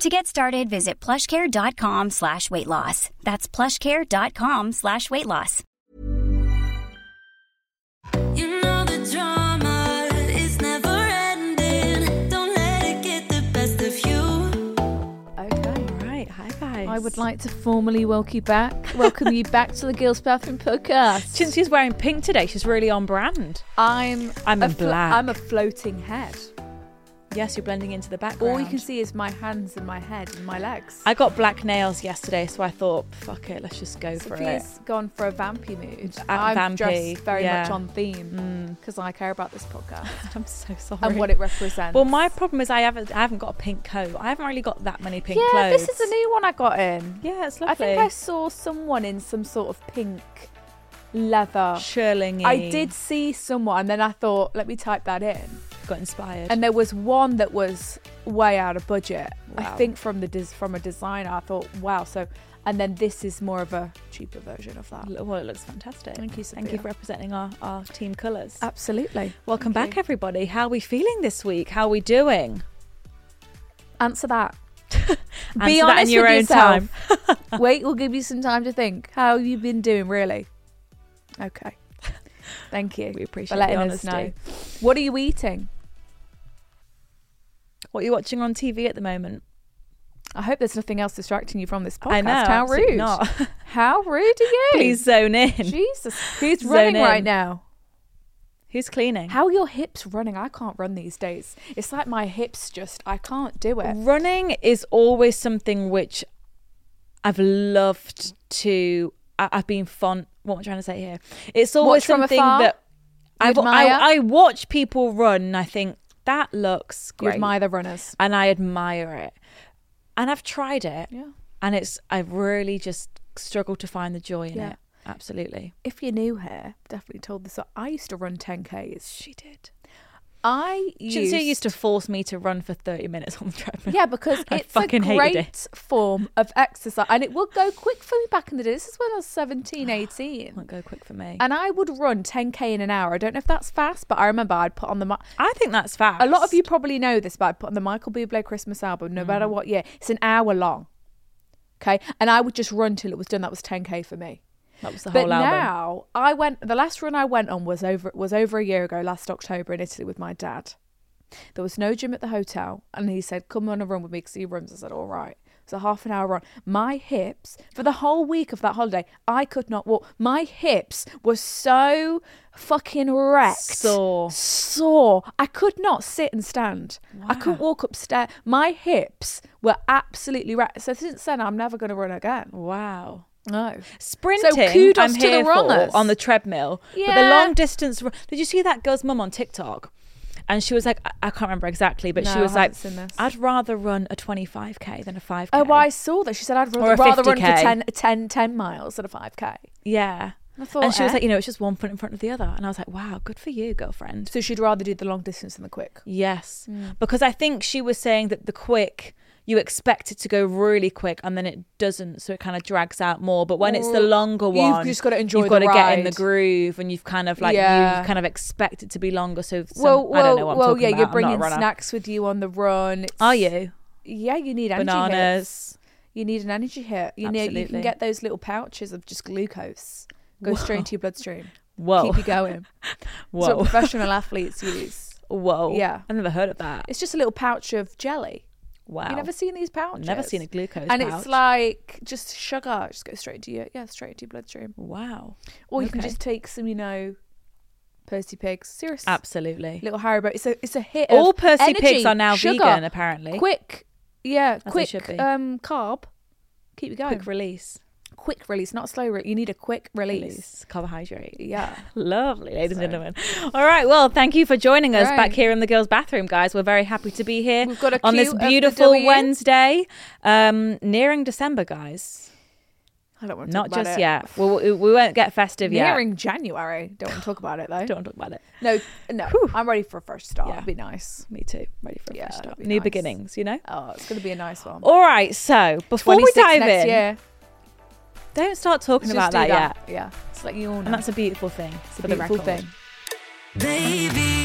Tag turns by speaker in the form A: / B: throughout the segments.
A: To get started, visit plushcare.com slash weight loss. That's plushcare.com slash weight loss.
B: You know the drama is never ending. Don't let it get the best of you.
C: Okay.
D: All right, hi guys.
C: I would like to formally welcome you back. Welcome you back to the Girls Bathroom Podcast.
D: Chinsy's wearing pink today. She's really on brand.
C: I'm
D: I'm
C: a
D: in
C: flo-
D: black.
C: I'm a floating head.
D: Yes, you're blending into the background.
C: All you can see is my hands and my head and my legs.
D: I got black nails yesterday, so I thought, fuck it, let's just go for it.
C: Sophia's gone for a vampy mood.
D: A-
C: I'm
D: vampy,
C: dressed very
D: yeah. Mm.
C: much on theme because I care about this podcast
D: I'm so sorry.
C: and what it represents.
D: Well, my problem is I haven't I haven't got a pink coat. I haven't really got that many pink
C: yeah,
D: clothes.
C: this is a new one I got in.
D: Yeah, it's
C: I
D: lovely.
C: think I saw someone in some sort of pink leather.
D: Shirling.
C: I did see someone, and then I thought, let me type that in.
D: got inspired.
C: And there was one that was way out of budget. I
D: Wow.
C: think from the des- from a designer, I thought, wow. So, and then this is more of a cheaper version of that.
D: L- well, it looks fantastic.
C: Thank you,
D: Thank you
C: Sophia.
D: for representing our, our team colours.
C: Absolutely.
D: Welcome
C: Thank
D: back,
C: you.
D: everybody. How are we feeling this week? How are we doing?
C: Answer that.
D: Answer that in your own time.
C: time. Wait, we'll give you some time to think. How have you been doing, really? Okay. Thank you.
D: We appreciate
C: for
D: the
C: letting us
D: honesty.
C: know. What are you eating?
D: What are you watching on TV at the moment?
C: I hope there's nothing else distracting you from this podcast.
D: I know,
C: How
D: absolutely
C: rude.
D: not.
C: How rude are you?
D: Please zone in.
C: Jesus. Who's
D: Zone
C: running right
D: in.
C: now?
D: Who's cleaning?
C: How are your hips running? I can't run these days. It's like my hips just, I can't do it.
D: Running is always something which I've loved to. I, I've been fond. What am I trying to say here? It's always
C: Watch from
D: something
C: afar?
D: that I,
C: You
D: wa-
C: admire?
D: I I watch people run. and I think that looks
C: You
D: great,
C: admire the runners.
D: and I admire it. And I've tried it,
C: Yeah.
D: and it's I've really just struggled to find the joy in
C: Yeah.
D: it. Absolutely,
C: If you're new here, definitely told this. I used to run 10Ks.
D: she did.
C: I used,
D: Shinsu used to force me to run for thirty minutes on the treadmill.
C: Yeah, because
D: I
C: it's a
D: fucking hated it.
C: great form of exercise and it would go quick for me back in the day. This is when I was 17, 18.
D: won't go quick for me.
C: And I would run 10K in an hour. I don't know if that's fast, but I remember I'd put on the. mi-
D: I think that's fast.
C: A lot of you probably know this, but I put on the Michael Bublé Christmas album, no
D: Mm.
C: matter what year. It's an hour long. Okay. And I would just run till it was done. That was 10K for me.
D: That was the
C: but
D: whole album.
C: now I went, the last run I went on was over, was over a year ago, last October in Italy with my dad. There was no gym at the hotel. And he said, come on a run with me because he runs. I said, all right. It was a half an hour run. My hips, for the whole week of that holiday, I could not walk. My hips were so fucking wrecked
D: Sore.
C: sore. I could not sit and stand. I couldn't walk upstairs. My hips were absolutely wrecked. So since then, I'm never going to run again.
D: Wow.
C: No.
D: Sprinting,
C: So kudos
D: I'm
C: to the
D: here for
C: runners.
D: on the treadmill. But the
C: Yeah.
D: long distance. ru- Did you see that girl's mum on TikTok? And she was like, I, I can't remember exactly, but she
C: No, I
D: was
C: haven't
D: like,
C: seen this.
D: I'd rather run a 25k than a 5k.
C: Oh, I saw that. She said I'd
D: Or a
C: rather, rather run for
D: 50K.
C: 10, 10, 10 miles than a 5K.
D: Yeah.
C: I thought,
D: and she was
C: eh?
D: like, you know, it's just one foot in front of the other. And I was like, wow, good for you, girlfriend.
C: So she'd rather do the long distance than the quick. Mm.
D: Yes. Because I think she was saying that the quick, you expect it to go really quick and then it doesn't. So it kind of drags out more. But when it's the
C: Or
D: longer
C: you've
D: one,
C: just gotta enjoy
D: You've
C: the
D: got to get in the
C: ride.
D: groove and you've kind of like,
C: Yeah.
D: you kind of expect it to be longer. So, some,
C: well,
D: I
C: well,
D: don't know what I'm
C: well,
D: talking
C: yeah, you're
D: about. I'm not a
C: bringing
D: runner.
C: snacks with you on the run. It's-
D: Are you?
C: Yeah, you need energy hits.
D: Bananas.
C: You need an energy hit. You need. You can
D: Absolutely.
C: get those little pouches of just glucose. Go straight into your bloodstream.
D: Whoa.
C: Keep you going. That's
D: Whoa.
C: what professional athletes use.
D: Whoa.
C: Yeah.
D: I never heard of that.
C: It's just a little pouch of jelly.
D: Wow.
C: You never seen these pouches?
D: Never seen a glucose
C: And
D: pouch.
C: it's like just sugar. Just go straight into your yeah, straight into your bloodstream.
D: Wow.
C: Or you can
D: Okay.
C: just take some, you know, Percy pigs. Seriously,
D: Absolutely.
C: little Haribo. It's a it's a hit.
D: All
C: of
D: Percy
C: energy,
D: pigs are now
C: sugar,
D: vegan, apparently.
C: Quick, yeah,
D: they
C: quick
D: should be.
C: um carb. Keep you going.
D: Quick
C: Quick,
D: release.
C: release, not slow. Re- you need a quick release.
D: Release. Carbohydrate.
C: Yeah.
D: Lovely, ladies
C: So-
D: and gentlemen. All right, well, thank you for joining us
C: Right.
D: back here in the girls' bathroom, guys. We're very happy to be here
C: We've got a
D: on
C: cue
D: this
C: of the
D: beautiful
C: W.
D: Wednesday, um, nearing December, guys.
C: I don't want to
D: Not
C: talk about
D: just
C: it.
D: yet. We, we, we won't get festive
C: Nearing January. Don't want to talk about it though.
D: yet. Don't want to talk about it.
C: No, no. I'm ready for a fresh start.
D: Yeah.
C: It'd be nice.
D: Me too. Ready for a
C: Yeah,
D: fresh start.
C: that'd be
D: New
C: nice.
D: beginnings, you know?
C: Oh, it's gonna be a nice one.
D: All right, so before we
C: 26
D: dive
C: next
D: in,
C: year.
D: don't start talking
C: Just
D: about
C: do
D: that, yet.
C: Yeah, it's like you all know.
D: And that's a beautiful thing. It's a
C: beautiful thing.
B: Baby.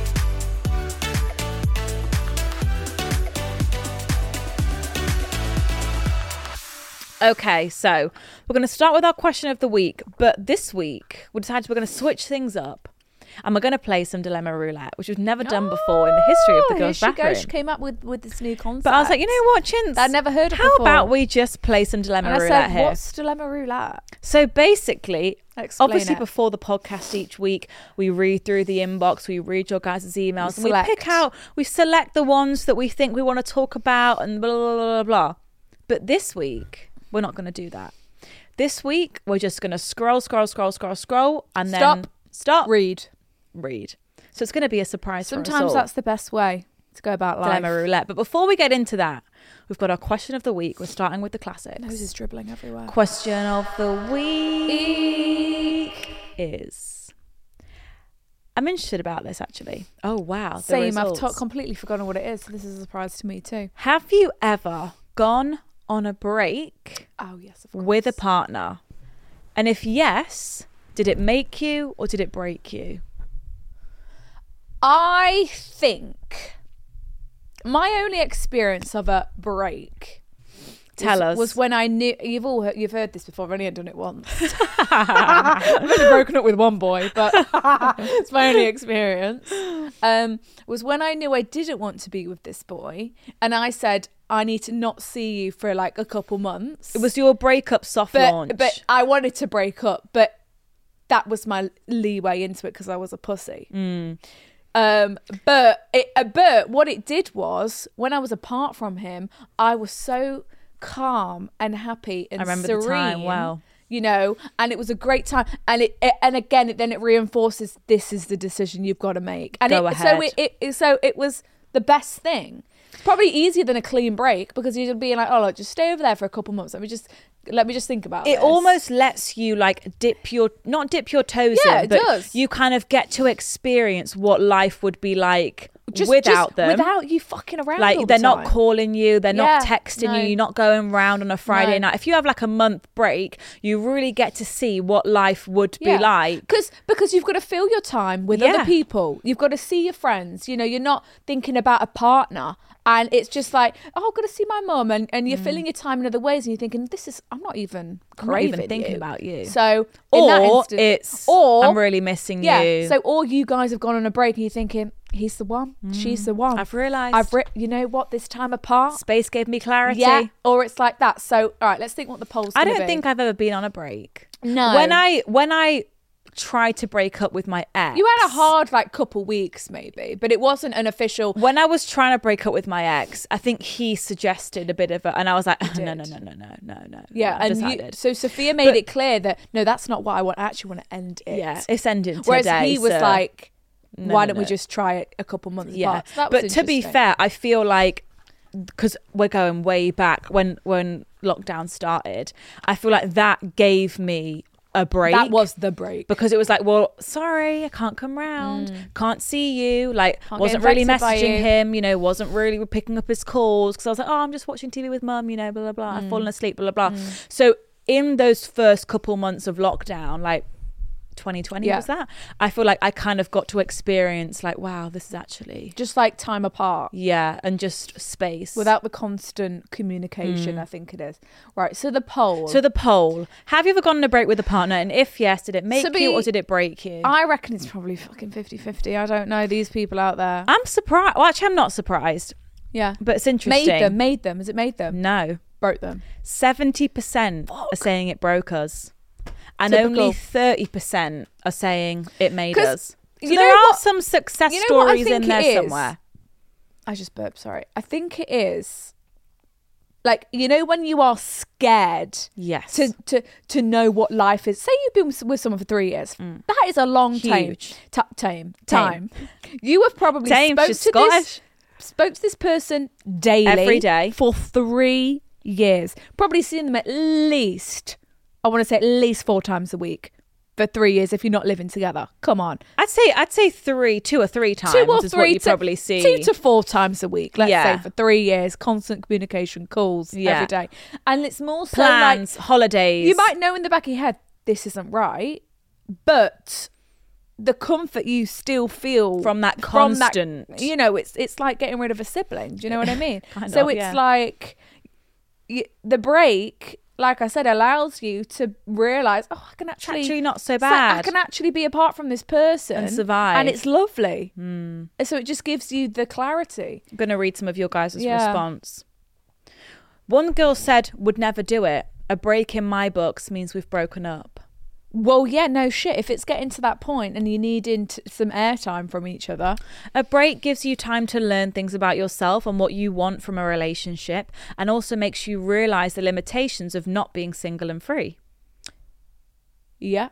D: Okay, so we're going to start with our question of the week, but this week we decided we're going to switch things up. And we're going to play some dilemma roulette, which we've never done before in the history of the
C: Oh,
D: girls'
C: here she
D: bathroom.
C: goes. She came up with with this new concept.
D: But I was like, you know what, Chintz?
C: I'd never heard of
D: How
C: before.
D: about we just play some dilemma
C: And I
D: roulette
C: said,
D: here?
C: what's dilemma roulette?
D: So basically,
C: Explain
D: obviously,
C: it.
D: before the podcast each week, we read through the inbox, we read your guys' emails,
C: We
D: and we
C: select.
D: pick out, we select the ones that we think we want to talk about, and blah blah blah blah. blah. But this week, we're not going to do that. This week, we're just going to scroll, scroll, scroll, scroll, scroll, and then
C: Stop.
D: stop,
C: Read.
D: read. So it's going to be a surprise. for us
C: Sometimes
D: all
C: that's the best way to go about life.
D: dilemma roulette. But before we get into that, we've got our question of the week. We're starting with the
C: Nose
D: classics.
C: is dribbling everywhere.
D: Question of the week is. I'm interested about this actually. Oh wow! the
C: Same. I've
D: results.
C: to- completely forgotten what it is. So this is a surprise to me too.
D: Have you ever gone on a break
C: Oh yes, of course.
D: with a partner? And if yes, did it make you or did it break you?
C: I think my only experience of a break.
D: Tell
C: was,
D: us.
C: was when I knew you've all heard, you've heard this before. I've only done it once. Um, I've only broken up with one boy, but it's my only experience. Um, was when I knew I didn't want to be with this boy, and I said I need to not see you for like a couple months.
D: It was your breakup soft
C: but
D: launch.
C: but I wanted to break up, but that was my leeway into it because I was a pussy.
D: Mm.
C: Um, but it, uh, but what it did was when I was apart from him, I was so calm and happy and
D: I remember the
C: serene.
D: time well.
C: You know, and it was a great time, and it, it- and again, it, then it reinforces this is the decision you've got to make, and
D: Go
C: it,
D: ahead.
C: so it, it, it- so it was the best thing. It's Probably easier than a clean break because you'd be like, oh, look, just stay over there for a couple months. Let me just let me just think about
D: it
C: this."
D: almost lets you like dip your not dip your toes
C: Yeah,
D: in,
C: it
D: but
C: does.
D: you kind of get to experience what life would be like
C: Just-
D: without
C: just
D: them.
C: without you fucking around. all
D: like
C: the
D: they're not
C: time.
D: calling you, they're not
C: Yeah,
D: texting
C: no.
D: you, you're not going round on a Friday
C: No.
D: night. If you have like a month break, you really get to see what life would
C: Yeah.
D: be like.
C: Because because you've got to fill your time with
D: Yeah.
C: other people. You've got to see your friends. You know, you're not thinking about a partner. And it's just like, oh, I've got to see my mum. And, and you're filling your time in other ways. And you're thinking, this is, I'm not even
D: Mm. I'm not
C: craving
D: even thinking
C: you.
D: about you.
C: So, in that
D: or
C: instance-
D: it's
C: or,
D: I'm really missing
C: yeah.
D: you.
C: So, or you guys have gone on a break and you're thinking, he's the one, she's the one.
D: Mm. I've realised.
C: I've, re- you know what, this time apart.
D: space gave me clarity.
C: Yeah. Or it's like that. So, all right, let's think what the polls
D: I don't think I've ever been on a break.
C: No.
D: When I when I tried to break up with my ex,
C: You had a hard like couple weeks maybe, but it wasn't an official.
D: When I was trying to break up with my ex, I think he suggested a bit of it, and I was like, no, no, no, no, no, no, no.
C: Yeah,
D: I
C: and you,
D: decided.
C: so Sophia made
D: But-
C: it clear that no, that's not what I want. I actually want to end it.
D: yeah, it's ending today.
C: Whereas he was
D: so-
C: like,
D: No,
C: "Why
D: no,
C: don't we
D: no.
C: just try it a couple months
D: yeah.
C: apart?" So that was
D: but to be
C: interesting.
D: fair, I feel like because we're going way back when when lockdown started, I feel like that gave me a break.
C: that was the break.
D: because it was like, well, sorry, I can't come round, can't see you. Like,
C: Mm. Can't get
D: wasn't really
C: affected by
D: messaging
C: you.
D: him, you know, wasn't really
C: Mm.
D: picking up his calls because I was like, oh, I'm just watching TV with mum, you know, blah blah blah. I've fallen asleep, blah blah blah. So in those first couple months of lockdown, like 2020
C: Yeah.
D: was that? I feel like I kind of got to experience like, wow, this is actually
C: Just like time apart.
D: yeah, and just space
C: Without the constant communication, I think it is. Right, so the poll.
D: Hmm. So the poll: Have you ever gone on a break with a partner? And if yes, did it make
C: So
D: you
C: be-
D: or did it break you?
C: I reckon it's probably fucking 50 50. I don't know these people out there.
D: I'm surprised. Well, actually, I'm not surprised,
C: Yeah.
D: but it's interesting.
C: Made them, made them. Has it made them?
D: No,
C: Broke them.
D: seventy percent are saying it broke us, and
C: Typical.
D: only thirty percent are saying it made
C: 'Cause
D: us. So
C: you
D: there
C: know
D: are
C: what-
D: some success
C: you know what I
D: stories in
C: think it
D: there
C: is?
D: somewhere.
C: I just burped, sorry. I think it is like, you know, when you are scared
D: Yes,
C: to, to, to know what life is. Say you've been with- with someone for three years. That is a long time.
D: Mm. Huge.
C: Ta- time.
D: Time.
C: Time. You have probably
D: Dame,
C: spoke to
D: she's Scottish.
C: this spoke to this person daily
D: Every day.
C: for three years. Probably seen them at least I want to say at least four times a week for three years if you're not living together. Come on.
D: I'd say I'd say three, two or three times
C: Two or
D: is
C: three
D: what you
C: to-
D: probably see.
C: Two to four times a week, let's
D: Yeah.
C: say, for three years, constant communication, calls
D: Yeah.
C: every day. And it's more so
D: plans,
C: like
D: holidays.
C: you might know in the back of your head, this isn't right, but the comfort you still feel
D: From that
C: from that-
D: constant.
C: you know, it's it's like getting rid of a sibling. Do you know what I mean?
D: Kind
C: so
D: of,
C: it's
D: yeah.
C: like y the break, like I said, allows you to realize, oh, I can actually,
D: actually not so
C: it's like, I
D: bad.
C: can actually be apart from this person
D: And survive. Hmm.
C: and it's lovely. And So it just gives you the clarity.
D: I'm going to read some of your guys'
C: Yeah.
D: response. One girl said, would never do it. A break in my books means we've broken up.
C: Well, yeah, no shit. If it's getting to that point and you need into some airtime from each other,
D: A break gives you time to learn things about yourself and what you want from a relationship, and also makes you realize the limitations of not being single and free.
C: yeah,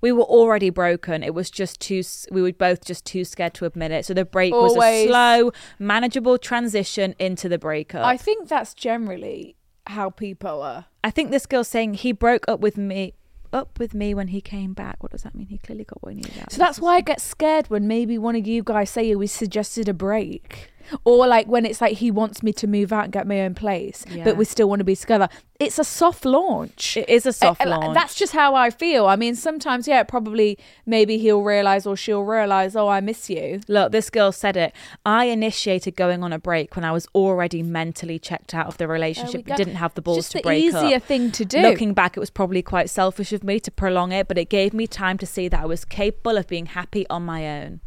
D: We were already broken. It was just too, s- we were both just too scared to admit it. So the break was a
C: Always.
D: slow, manageable transition into the breakup.
C: I think that's generally how people are.
D: I think this girl's saying he broke up with me up with me when he came back. What does that mean? He clearly got what he needed. out of
C: So that's
D: this.
C: why I get scared when maybe one of you guys say we suggested a break. Or like when it's like he wants me to move out and get my own place,
D: Yeah.
C: but we still want to be together. It's a soft launch.
D: It is a soft
C: Uh, uh,
D: launch.
C: That's just how I feel. I mean, sometimes, yeah, probably maybe he'll realise or she'll realise, oh, I miss you.
D: Look, this girl said it. I initiated going on a break when I was already mentally checked out of the relationship.
C: go.
D: and didn't have the balls
C: Just
D: to
C: the
D: break up.
C: easier thing to do.
D: Looking back, it was probably quite selfish of me to prolong it, but it gave me time to see that I was capable of being happy on my own.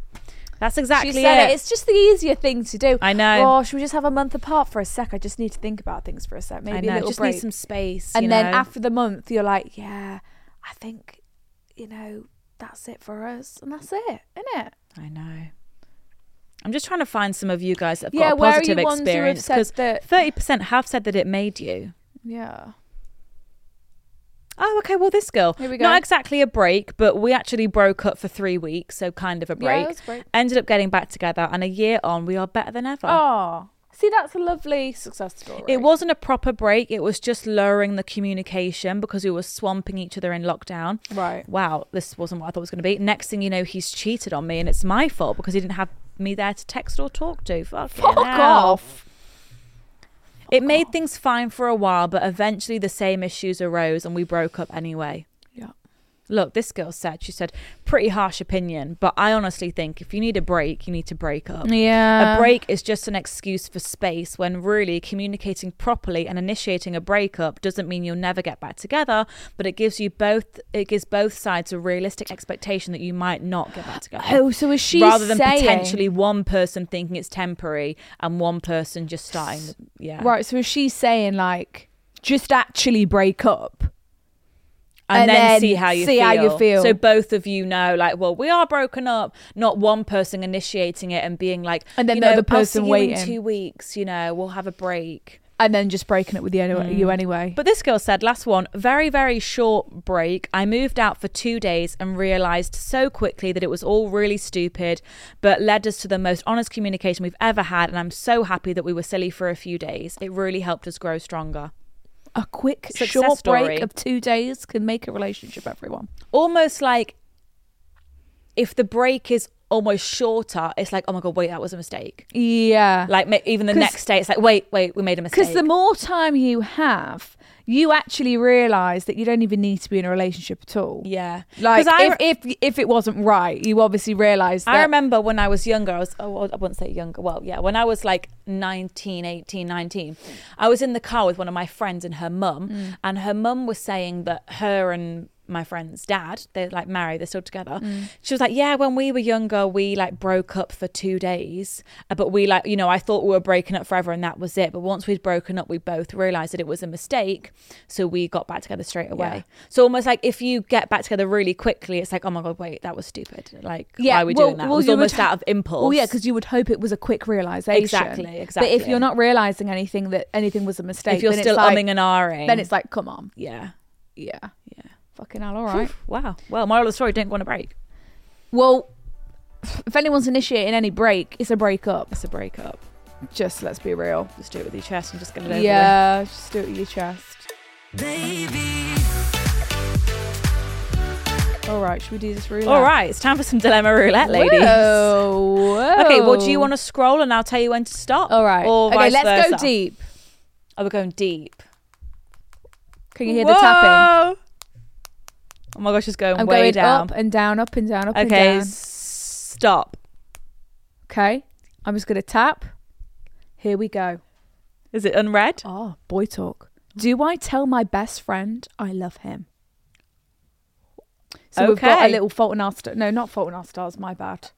D: That's exactly
C: she said
D: it.
C: it. It's just the easier thing to do.
D: I know.
C: Oh, should we just have a month apart for a sec? I just need to think about things for a sec. Maybe
D: I
C: a
D: know.
C: little
D: just
C: break.
D: need some space.
C: and
D: you
C: then
D: know.
C: after the month, you're like, yeah, I think, you know, that's it for us, and that's it, isn't it?
D: I know. I'm just trying to find some of you guys that have
C: Yeah,
D: got a
C: where are
D: positive
C: you ones who have
D: experience
C: said
D: because
C: that-
D: thirty percent have said that it made you.
C: Yeah.
D: Oh, okay. Well, this girl,
C: Here we go.
D: not exactly a break, but we actually broke up for three weeks, so kind of a
C: Yeah,
D: break.
C: it was a break.
D: Ended up getting back together, and a year on, we are better than ever.
C: Oh, see, that's a lovely success story.
D: It wasn't a proper break. It was just lowering the communication because we were swamping each other in lockdown.
C: Right.
D: Wow, this wasn't what I thought it was going to be. Next thing you know, he's cheated on me, and it's my fault because he didn't have me there to text or talk to. Fuck,
C: Fuck off.
D: It made things fine for a while, but eventually the same issues arose and we broke up anyway.
C: Yeah.
D: Look, this girl said, she said, pretty harsh opinion, but I honestly think if you need a break, you need to break up.
C: Yeah.
D: A break is just an excuse for space when really communicating properly and initiating a breakup doesn't mean you'll never get back together, but it gives you both it gives both sides a realistic expectation that you might not get back together.
C: Oh, so is she
D: rather than
C: saying-
D: potentially one person thinking it's temporary and one person just starting the, yeah.
C: Right. So is she saying like, just actually break up?
D: and,
C: and
D: then,
C: then
D: see how you
C: see
D: feel.
C: how you feel.
D: So both of you know, like, well, we are broken up. Not one person initiating it and being like,
C: And then
D: you
C: the
D: know,
C: other
D: I'll
C: person
D: see you
C: waiting.
D: in two weeks. You know, we'll have a break.
C: And then just breaking it with you, any- you anyway.
D: Mm. But this girl said, last one, very, very short break. I moved out for two days and realized so quickly that it was all really stupid, but led us to the most honest communication we've ever had. And I'm so happy that we were silly for a few days. It really helped us grow stronger.
C: a quick
D: Success
C: short
D: story.
C: break of two days can make a relationship. Everyone.
D: almost like if the break is almost shorter, it's like, oh my god, wait, that was a mistake.
C: Yeah.
D: Like ma- even the
C: 'Cause-
D: next day, it's like, wait, wait, we made a mistake.
C: Because the more time you have, you actually realise that you don't even need to be in a relationship at all.
D: Yeah.
C: Like
D: 'Cause I re-
C: if, if if it wasn't right, you obviously realise that.
D: I remember when I was younger, I was, oh, I wouldn't say younger. Well, yeah, when I was like 19, 18, 19, I was in the car with one of my friends and her mum, and her mum was saying that her and my friend's dad, they're like married, they're still together. She was like, Yeah, when we were younger, we like broke up for two days, uh, but we like, you know, I thought we were breaking up forever and that was it. But once we'd broken up, we both realized that it was a mistake. So we got back together straight away. So almost like if you get back together really quickly, it's like, Oh my God, wait, that was stupid. Like, yeah, why are we doing that? it was
C: you would
D: almost
C: ho-
D: out of impulse.
C: Well, yeah, because you would hope it was a quick realization.
D: Exactly,
C: But if
D: exactly.
C: you're not realizing anything that anything was a mistake,
D: if you're
C: then
D: still
C: it's like,
D: umming and ahhing,
C: then it's like, come on,
D: yeah,
C: yeah, yeah, fucking hell, all right.
D: wow. Well, moral of the story: don't go on a break.
C: well, if anyone's initiating any break, it's a breakup.
D: It's a breakup.
C: Just let's be real.
D: Just do it with your chest and just get it over. with.
C: Yeah, just do it with your chest.
B: Baby,
C: All right, should we do this roulette?
D: All right, it's time for some dilemma roulette, ladies.
C: Whoa,
D: Okay, well, do you
C: whoa.
D: want to scroll and I'll tell you when to stop?
C: All right.
D: Or
C: okay,
D: vice
C: let's go
D: versa?
C: deep.
D: Oh, we're going deep.
C: Can you hear the tapping?
D: Whoa! Oh my gosh, it's going
C: I'm
D: way
C: going up
D: down.
C: and down, up and down, up
D: okay,
C: and down.
D: stop.
C: Okay, I'm just gonna tap. Here we go.
D: Is it unread?
C: Oh, boy talk. Do I tell my best friend I love him? So we've got a
D: Okay.
C: little fault in our stars. No, not fault in our stars. My bad.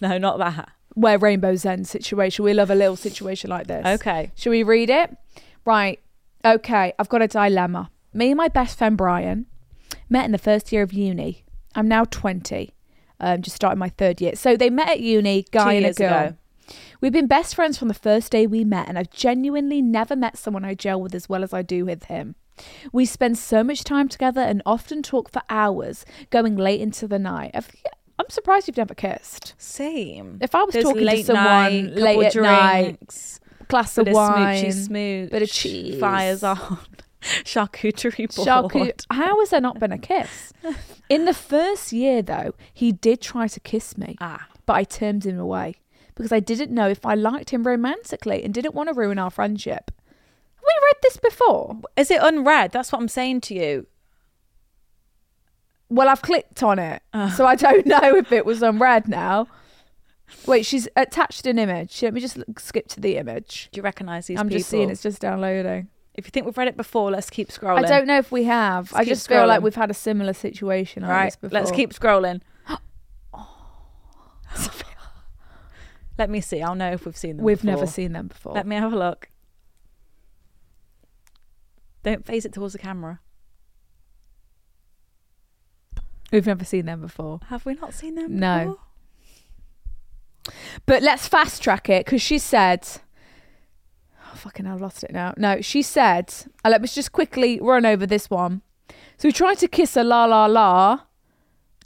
D: No, not that.
C: Where Rainbow's End situation. We love a little situation like this.
D: Okay.
C: Should we read it? Right. Okay. I've got a dilemma. Me and my best friend Brian met in the first year of uni. I'm now 20. Um, just starting my third year. So they met at uni, guy and
D: years
C: a girl.
D: ago.
C: We've been best friends from the first day we met, and I've genuinely never met someone I gel with as well as I do with him. We spend so much time together and often talk for hours, going late into the night. I've, I'm surprised you've never kissed.
D: Same.
C: If I was
D: There's
C: talking to
D: late
C: someone
D: night, couple
C: late at night,
D: drinks,
C: Glass
D: bit
C: of
D: of
C: wine,
D: smoochy smooch,
C: bit of cheese,
D: fires on, charcuterie board.
C: Charcu- How has there not been a kiss? In the first year, though, he did try to kiss me,
D: Ah.
C: but I turned him away because I didn't know if I liked him romantically and didn't want to ruin our friendship. Have we read this before?
D: Is it unread? That's what I'm saying to you.
C: Well, I've clicked on it,
D: Ah.
C: so I don't know if it was unread now. Wait, she's attached an image. Let me just look- skip to the image.
D: Do you recognise these
C: I'm
D: people?
C: just seeing it's just downloading.
D: If you think we've read it before, let's keep scrolling.
C: I don't know if we have. I
D: keep
C: just feel like
D: scrolling.
C: we've had a similar situation like
D: Right,
C: this before.
D: let's keep scrolling. Let me see. I'll know if we've seen them.
C: We've
D: before.
C: never seen them before.
D: Let me have a look. Don't face it towards the camera.
C: We've never seen them before.
D: Have we not seen them?
C: No.
D: before?
C: But let's fast track it because she said, oh, fucking hell, I lost it now. No, she said, uh, let me just quickly run over this one. So we tried to kiss her, la la la.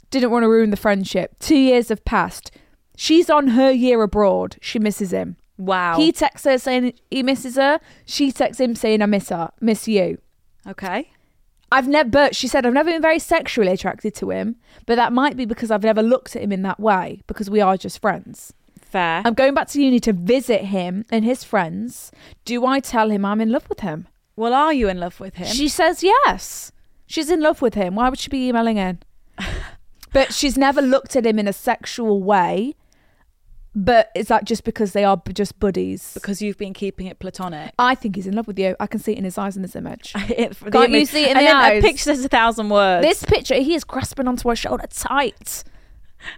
C: Didn't want to ruin the friendship. Two years have passed. She's on her year abroad. She misses him.
D: Wow.
C: He texts her saying he misses her. She texts him saying, I miss her, miss you.
D: okay.
C: I've never, but she said, I've never been very sexually attracted to him, but that might be because I've never looked at him in that way because we are just friends.
D: Fair.
C: I'm going back to uni to visit him and his friends. Do I tell him I'm in love with him?
D: well, are you in love with him?
C: She says yes. She's in love with him. Why would she be emailing in? but she's never looked at him in a sexual way. But is that just because they are b- just buddies?
D: because you've been keeping it platonic.
C: I think he's in love with you. I can see it in his eyes in this image.
D: It- the
C: Can't you
D: image-
C: see it in
D: and
C: the
D: then
C: eyes?
D: A picture says a thousand words.
C: This picture, he is grasping onto her shoulder tight.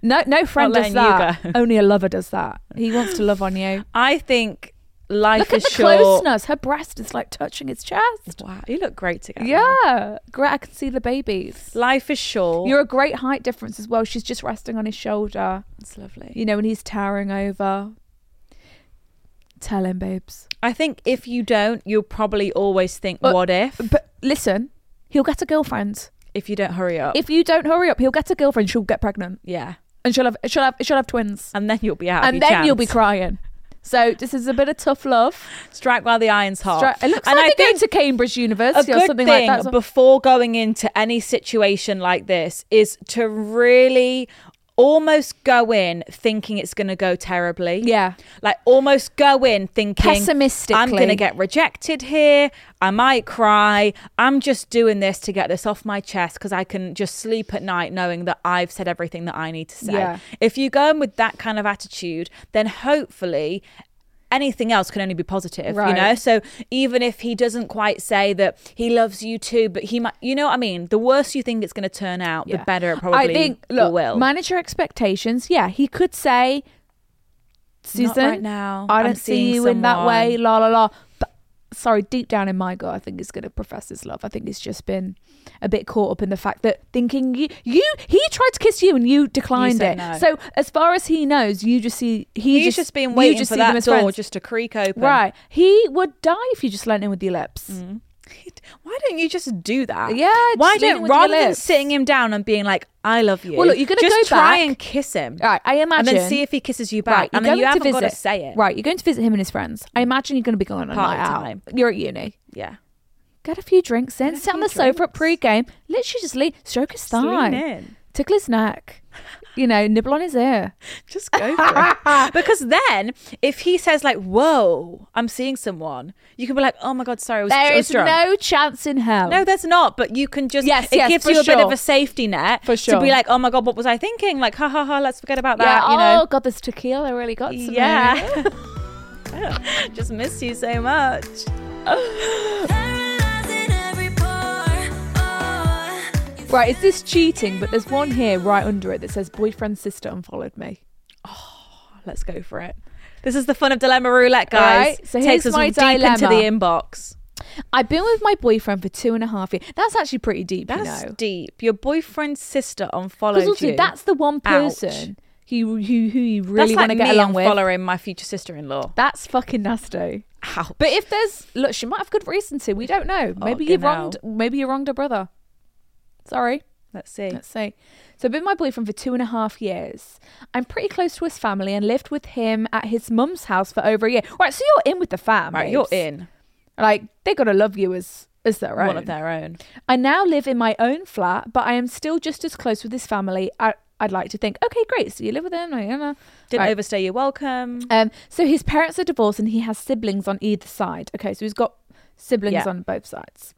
C: No, no friend does
D: letting you
C: that.
D: go.
C: Only a lover does that. He wants to love on you.
D: I think life
C: Look at
D: is
C: the
D: short.
C: closeness. Her breast is like touching his chest.
D: Wow, you look great together.
C: Yeah, great. I can see the babies.
D: Life is short.
C: You're a great height difference as well. She's just resting on his shoulder,
D: it's lovely.
C: you know, and he's towering over. Tell him, babes.
D: I think if you don't, you'll probably always think,
C: Uh,
D: "What if?"
C: But listen, he'll get a girlfriend.
D: If you don't hurry up,
C: If you don't hurry up, he'll get a girlfriend. She'll get pregnant,
D: yeah,
C: and she'll have she'll have she'll have twins,
D: and then you'll be out. of
C: and
D: your
C: then you'll be
D: chance.
C: crying. So this is a bit of tough love.
D: Strike while the iron's hot.
C: Stra- It looks
D: and
C: like
D: I
C: they're going
D: think
C: to Cambridge
D: a
C: University or
D: good
C: something
D: thing
C: like that.
D: before going into any situation like this is to really almost go in thinking it's going to go terribly.
C: Yeah.
D: Like almost go in thinking I'm going
E: Pessimistically.
D: to get rejected here. I might cry. I'm just doing this to get this off my chest because I can just sleep at night knowing that I've said everything that I need to say.
C: Yeah.
D: If you go in with that kind of attitude, then hopefully anything else can only be positive, you
C: Right.
D: know? So even if he doesn't quite say that he loves you too, but he might, you know what I mean? The worse you think it's going to turn out, the
C: Yeah.
D: better it probably
C: I think, look,
D: will.
C: manage your expectations. Yeah, he could say, Susan,
D: right now.
C: I
D: I'm
C: don't see
D: seeing
C: you in that way,
D: someone."
C: la la la. But sorry, deep down in my gut, I think he's going to profess his love. I think he's just been a bit caught up in the fact that thinking you, you he tried to kiss you and you declined
D: said
C: it.
D: no.
C: So as far as he knows, you just see he
D: He's just, been
C: you
D: waiting
C: just
D: for
C: see them
D: that
C: as
D: door
C: friends.
D: just to creak open.
C: Right, he would die if you just let him with your lips.
D: Mm. Why don't you just do that?
C: Yeah,
D: Why
C: just lean
D: don't
C: with your
D: rather than
C: lips.
D: sitting him down and being like, "I love you."
C: Well, look, you're gonna
D: just
C: go
D: try
C: back-
D: and kiss him.
C: Right, I
D: and
C: imagine.
D: then see if he kisses you back.
C: you're
D: and then you
C: going
D: haven't got to say it.
C: Right, you're going to visit him and his friends. I imagine you're going to be going on a
D: Part
C: night
D: of
C: out.
D: time.
C: You're at uni.
D: Yeah.
C: Get a few drinks in,
D: Get a
C: sit on
D: few
C: the sofa at pre-game. Literally just lean, stroke his
D: Just lean
C: thigh,
D: in.
C: tickle his neck, you know, nibble on his ear.
D: Just go for it. because then, if he says like, "Whoa, I'm seeing someone," you can be like, "Oh my god, sorry, I was, I
C: There
D: was
C: is
D: drunk."
C: no chance in hell.
D: No, there's not. But you can just
C: Yes,
D: it
C: yes,
D: gives
C: for
D: you a bit of
C: sure.
D: a safety net
C: For
D: to
C: sure.
D: be like, oh my god, what was I thinking? Like, ha ha ha, let's forget about
C: yeah,
D: that. you know,
C: oh god, this tequila really got to me.
D: yeah. Just miss you so much.
B: Paralyzing every pore. Oh, you
C: Right, is this cheating? But there's one here right under it that says boyfriend's sister unfollowed me.
D: Let's go for it. This is the fun of dilemma roulette, guys.
C: Right, so
D: Takes
C: here's
D: us
C: my
D: deep into the
C: dilemma.
D: inbox.
C: I've been with my boyfriend for two and a half years. That's actually pretty deep. you
D: That's
C: know.
D: deep. Your boyfriend's sister unfollowed
C: Because also,
D: you.
C: that's the one
D: Ouch.
C: person who, who who you
D: That's
C: really
D: like
C: want to get
D: me
C: along with.
D: following my future sister-in-law.
C: That's fucking nasty.
D: Ouch.
C: But if there's look, she might have good reason to. We don't know. Maybe you
D: Fucking
C: wronged. Maybe you wronged her brother. Sorry.
D: Let's see.
C: Let's see. So I've been my boyfriend for two and a half years. I'm pretty close to his family and lived with him at his mum's house for over a year. Right, so you're in with the fam.
D: Right, you're
C: babes.
D: in.
C: Like they gotta love you as as their own.
D: One of their own.
C: I now live in my own flat, but I am still just as close with his family. I, I'd like to think. Okay, great. So you live with them. I don't know.
D: Didn't
C: Right.
D: overstay your welcome.
C: Um, so his parents are divorced and he has siblings on either side. Okay, so he's got siblings
D: Yeah.
C: on both sides.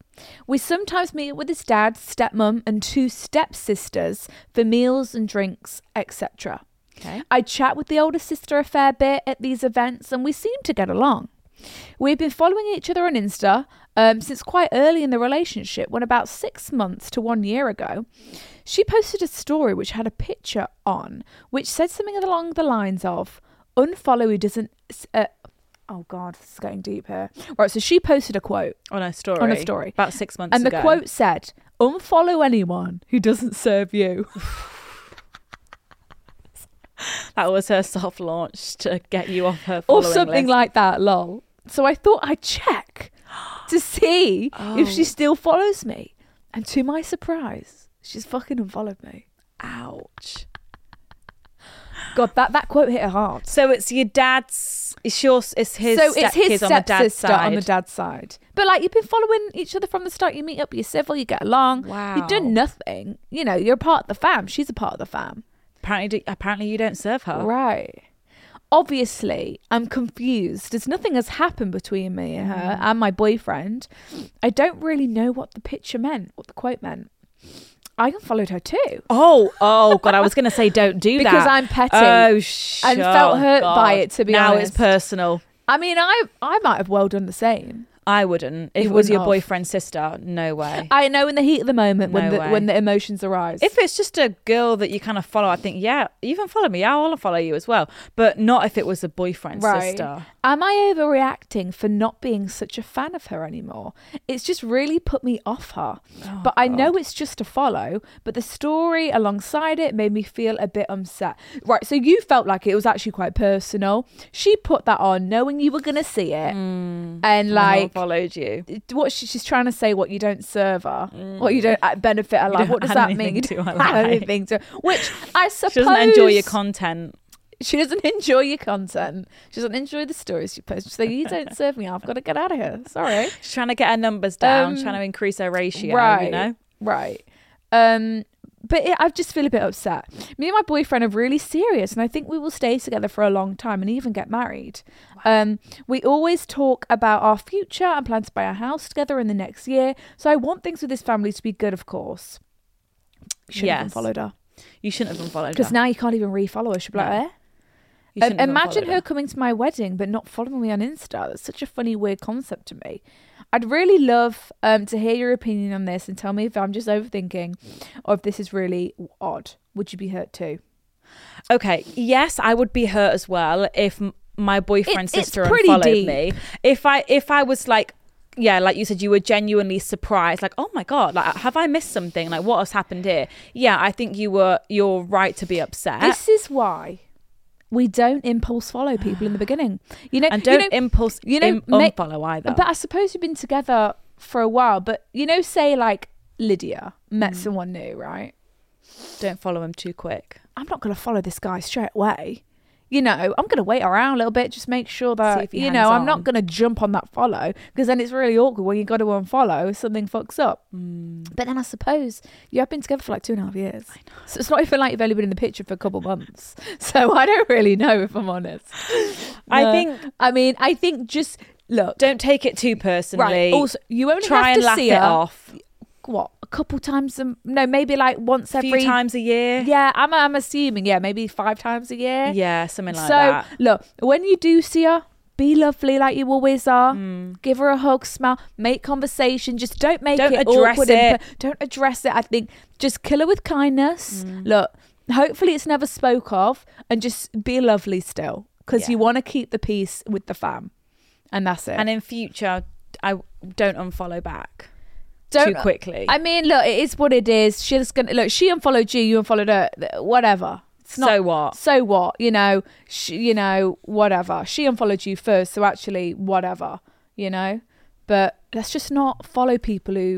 C: We sometimes meet with his dad, stepmom, and two stepsisters for meals and drinks, etc.
D: Okay.
C: I chat with the older sister a fair bit at these events and we seem to get along. We've been following each other on Insta um, since quite early in the relationship, when about six months to one year ago, she posted a story which had a picture on, which said something along the lines of unfollow who doesn't. s- Uh, oh, God, this is getting deep here. Right, so she posted a quote
D: On a story.
C: on a story.
D: About six months
C: And
D: ago.
C: the quote said, unfollow anyone who doesn't serve you.
D: That was her soft launch to get you off her
C: or
D: following
C: something
D: list.
C: like that, lol. So I thought I'd check to see if
D: Oh.
C: she still follows me. And to my surprise, she's fucking unfollowed me.
D: ouch.
C: God, that, that quote hit her hard.
D: So it's your dad's. It's your. It's his.
C: so it's his
D: stepkids on the dad's
C: stepsister on
D: side.
C: the dad's side. But like you've been following each other from the start. You meet up, you're civil, you get along. You've
D: Wow.
C: done nothing. You know, you're a part of the fam. She's a part of the fam.
D: Apparently, do- apparently you don't serve her.
C: Right. Obviously, I'm confused as nothing has happened between me and her
D: Mm-hmm.
C: and my boyfriend. I don't really know what the picture meant, what the quote meant. I unfollowed her too
D: Oh, oh God! I was going to say don't do that
C: because I'm petty.
D: Oh, sh-
C: and felt
D: oh,
C: hurt by
D: God.
C: it, to be
D: now
C: honest.
D: it's personal.
C: I mean, I I might have well done the same.
D: I wouldn't. If
C: You
D: it was
C: wouldn't
D: your
C: have.
D: boyfriend's sister, no way.
C: I know in the heat of the moment when
D: Eh. No
C: the
D: way.
C: when the emotions arise.
D: if it's just a girl that you kind of follow, I think yeah, even follow me. I will follow you as well, but not if it was a boyfriend's sister.
C: Am I overreacting for not being such a fan of her anymore? It's just really put me off her.
D: Oh,
C: but I know it's just a follow, but the story alongside it made me feel a bit upset. Right, so you felt like it was actually quite personal. She put that on knowing you were going to see it.
D: Hmm.
C: And
D: I
C: like
D: followed you.
C: what she, she's trying to say what you don't serve her what you don't uh, benefit her life
D: Hmm. don't
C: what does
D: add
C: that
D: anything
C: mean you
D: to
C: don't
D: her
C: add
D: life.
C: anything to which i suppose
D: She doesn't enjoy your content.
C: she doesn't enjoy your content. She doesn't enjoy the stories you post. She's like, you don't serve me. I've got to get out of here. Sorry.
D: She's trying to get her numbers down,
C: Um,
D: trying to increase her ratio.
C: right.
D: You know.
C: Right. Um, but it, I just feel a bit upset. Me and my boyfriend are really serious, and I think we will stay together for a long time and even get married. Um, we always talk about our future and plan to buy a house together in the next year. So I want things with this family to be good, of course. Should have
D: Yes.
C: followed her
D: You shouldn't have unfollowed
C: because
D: her.
C: now you can't even refollow her. She'll be like,
D: No.
C: eh?
D: You
C: Um,
D: shouldn't have
C: imagine
D: unfollowed
C: her coming to my wedding but not following me on Insta. That's such a funny, weird concept to me. I'd really love um, to hear your opinion on this and tell me if I'm just overthinking or if this is really odd. Would you be hurt too?
D: Okay. Yes, I would be hurt as well if m- my boyfriend's
C: It- it's
D: sister
C: pretty
D: unfollowed
C: deep.
D: me. If I if I was like, yeah, like you said, you were genuinely surprised. Like, oh my god, like have I missed something? Like, what has happened here? Yeah, I think you were. You're right to be upset.
C: This is why we don't impulse follow people in the beginning. You know,
D: and
C: you
D: don't
C: know-
D: impulse
C: you know,
D: im-
C: ma-
D: unfollow either.
C: But I suppose you've been together for a while. But you know, say like Lydia
D: Mm.
C: met someone new, right?
D: don't follow him too quick.
C: I'm not going to follow this guy straight away. You know, I'm going to wait around a little bit, just make sure
D: See if
C: that,
D: he
C: you
D: hangs
C: know, I'm
D: on.
C: not going to jump on that follow because then it's really awkward when you got to unfollow, something fucks up.
D: Mm.
C: But then I suppose you have been together for like two and a half years. So it's not even like you've only been in the picture for a couple months. So I don't really know if I'm honest.
D: I
C: No.
D: think-
C: I mean, I think just look.
D: Don't take it too personally.
C: Right. Also, you only
D: try
C: have
D: and
C: to
D: laugh
C: see
D: it
C: her,
D: off.
C: What a couple times? A, no, maybe like once
D: A
C: every
D: few times a year.
C: Yeah, I'm. I'm assuming. Yeah, maybe five times a year
D: Yeah, something like
C: so
D: that.
C: look, when you do see her, be lovely like you always are. Give her a hug, smile, make conversation. Just don't make
D: Hmm. Don't
C: it
D: address
C: awkward. and
D: it.
C: per- don't address it. I think just kill her with kindness.
D: Hmm.
C: Look, hopefully it's never spoke of, and just be lovely still because
D: Yeah.
C: you want to keep the peace with the fam, and that's it.
D: And in future, I don't unfollow back.
C: Don't-
D: too quickly.
C: I mean, look, it is what it is. She's gonna look. She unfollowed you. You unfollowed her. th- Whatever. It's not,
D: So what?
C: So what? You know. She, you know. Whatever. She unfollowed you first. So actually, whatever. You know. But let's just not follow people who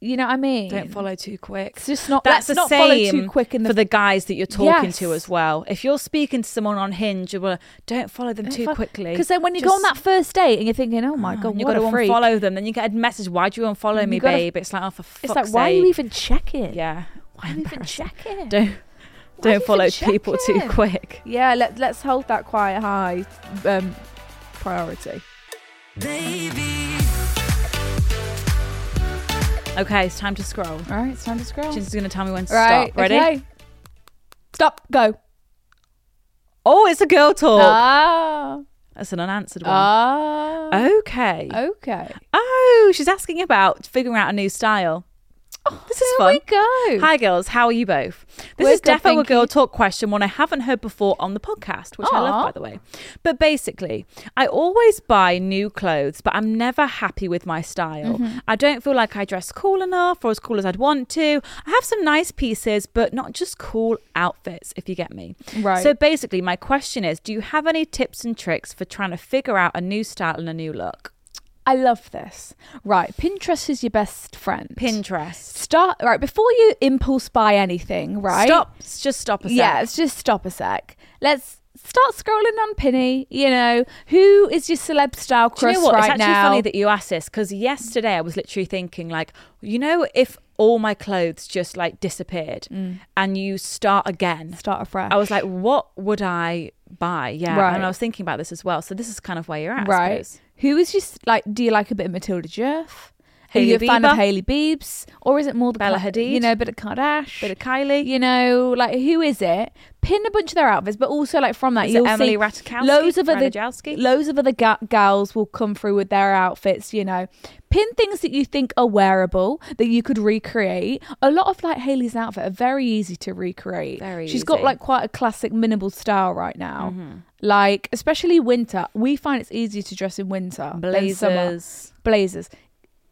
C: you know what I mean.
D: Don't follow too quick.
C: It's just not- let's
D: That's the
C: not follow too
D: same
C: quick in the-
D: for the guys that you're talking to
C: Yes.
D: as well. If you're speaking to someone on Hinge, you wanna- don't follow them too quickly.
C: Because then when you go on
D: Just-
C: that first date and you're thinking, oh my
D: Oh,
C: god,
D: and you
C: what
D: gotta
C: a freak.
D: unfollow them. Then you get a message. Why do you unfollow me,
C: You gotta-
D: babe? It's like, oh, for fuck's
C: It's like, why are you
D: sake.
C: even checking?
D: Yeah.
C: Why are you even
D: embarrassing.
C: checking?
D: Don't
C: do you
D: don't
C: even
D: follow
C: check
D: people too
C: it?
D: quick.
C: Yeah, let, let's hold that quite high um, priority.
B: Baby,
D: Okay, it's time to scroll.
C: All right, it's time to scroll.
D: She's gonna tell me when to
C: Right,
D: stop. Ready?
C: okay. Stop, go.
D: Oh, it's a girl talk.
C: Ah,
D: That's an unanswered one.
C: ah,
D: okay.
C: okay.
D: Oh, she's asking about figuring out a new style. Oh, this is
C: Here
D: fun.
C: we go.
D: Hi, girls. How are you both? This
C: We're
D: is
C: good,
D: definitely a
C: thank
D: girl
C: you.
D: talk question, one I haven't heard before on the podcast, which I
C: Aw.
D: love, by the way. But basically, I always buy new clothes, but I'm never happy with my style.
C: Mm-hmm.
D: I don't feel like I dress cool enough or as cool as I'd want to. I have some nice pieces, but not just cool outfits, if you get me.
C: Right.
D: So basically, my question is do you have any tips and tricks for trying to figure out a new style and a new look?
C: I love this. Right, Pinterest is your best friend.
D: Pinterest.
C: Start right before you impulse buy anything. Right.
D: Stop. Just stop a sec.
C: Yeah, let's just stop a sec. Let's start scrolling on Pinny. You know, who is your celeb style
D: Do
C: crush
D: you know what?
C: right
D: it's actually
C: now?
D: funny that you asked this because yesterday I was literally thinking, like, you know, if all my clothes just like disappeared
C: Mm.
D: and you start again,
C: Start afresh.
D: I was like, what would I buy? Yeah,
C: Right.
D: and I was thinking about this as well. So this is kind of where you're at, I
C: right.
D: suppose.
C: Who is just like? Do you like a bit of Matilda Jerf? Are
D: Hailey
C: you a fan
D: Bieber?
C: of Haley Biebs, or is it more the
D: Bella
C: Ka-
D: Hadid?
C: You know, a bit of Kardashian,
D: Bit of Kylie.
C: You know, like who is it? Pin a bunch of their outfits, but also like from that,
D: Is it
C: you'll
D: Emily
C: see
D: Ratajkowski?
C: loads of other
D: Ratajkowski?
C: loads of other ga- gals will come through with their outfits. You know, pin things that you think are wearable that you could recreate. A lot of like Haley's outfit are very easy to recreate.
D: Very
C: She's got
D: easy. Mm-hmm.
C: like quite a classic minimal style right now. Like especially winter, we find it's easier to dress in winter. than summer.
D: Blazers.
C: blazers.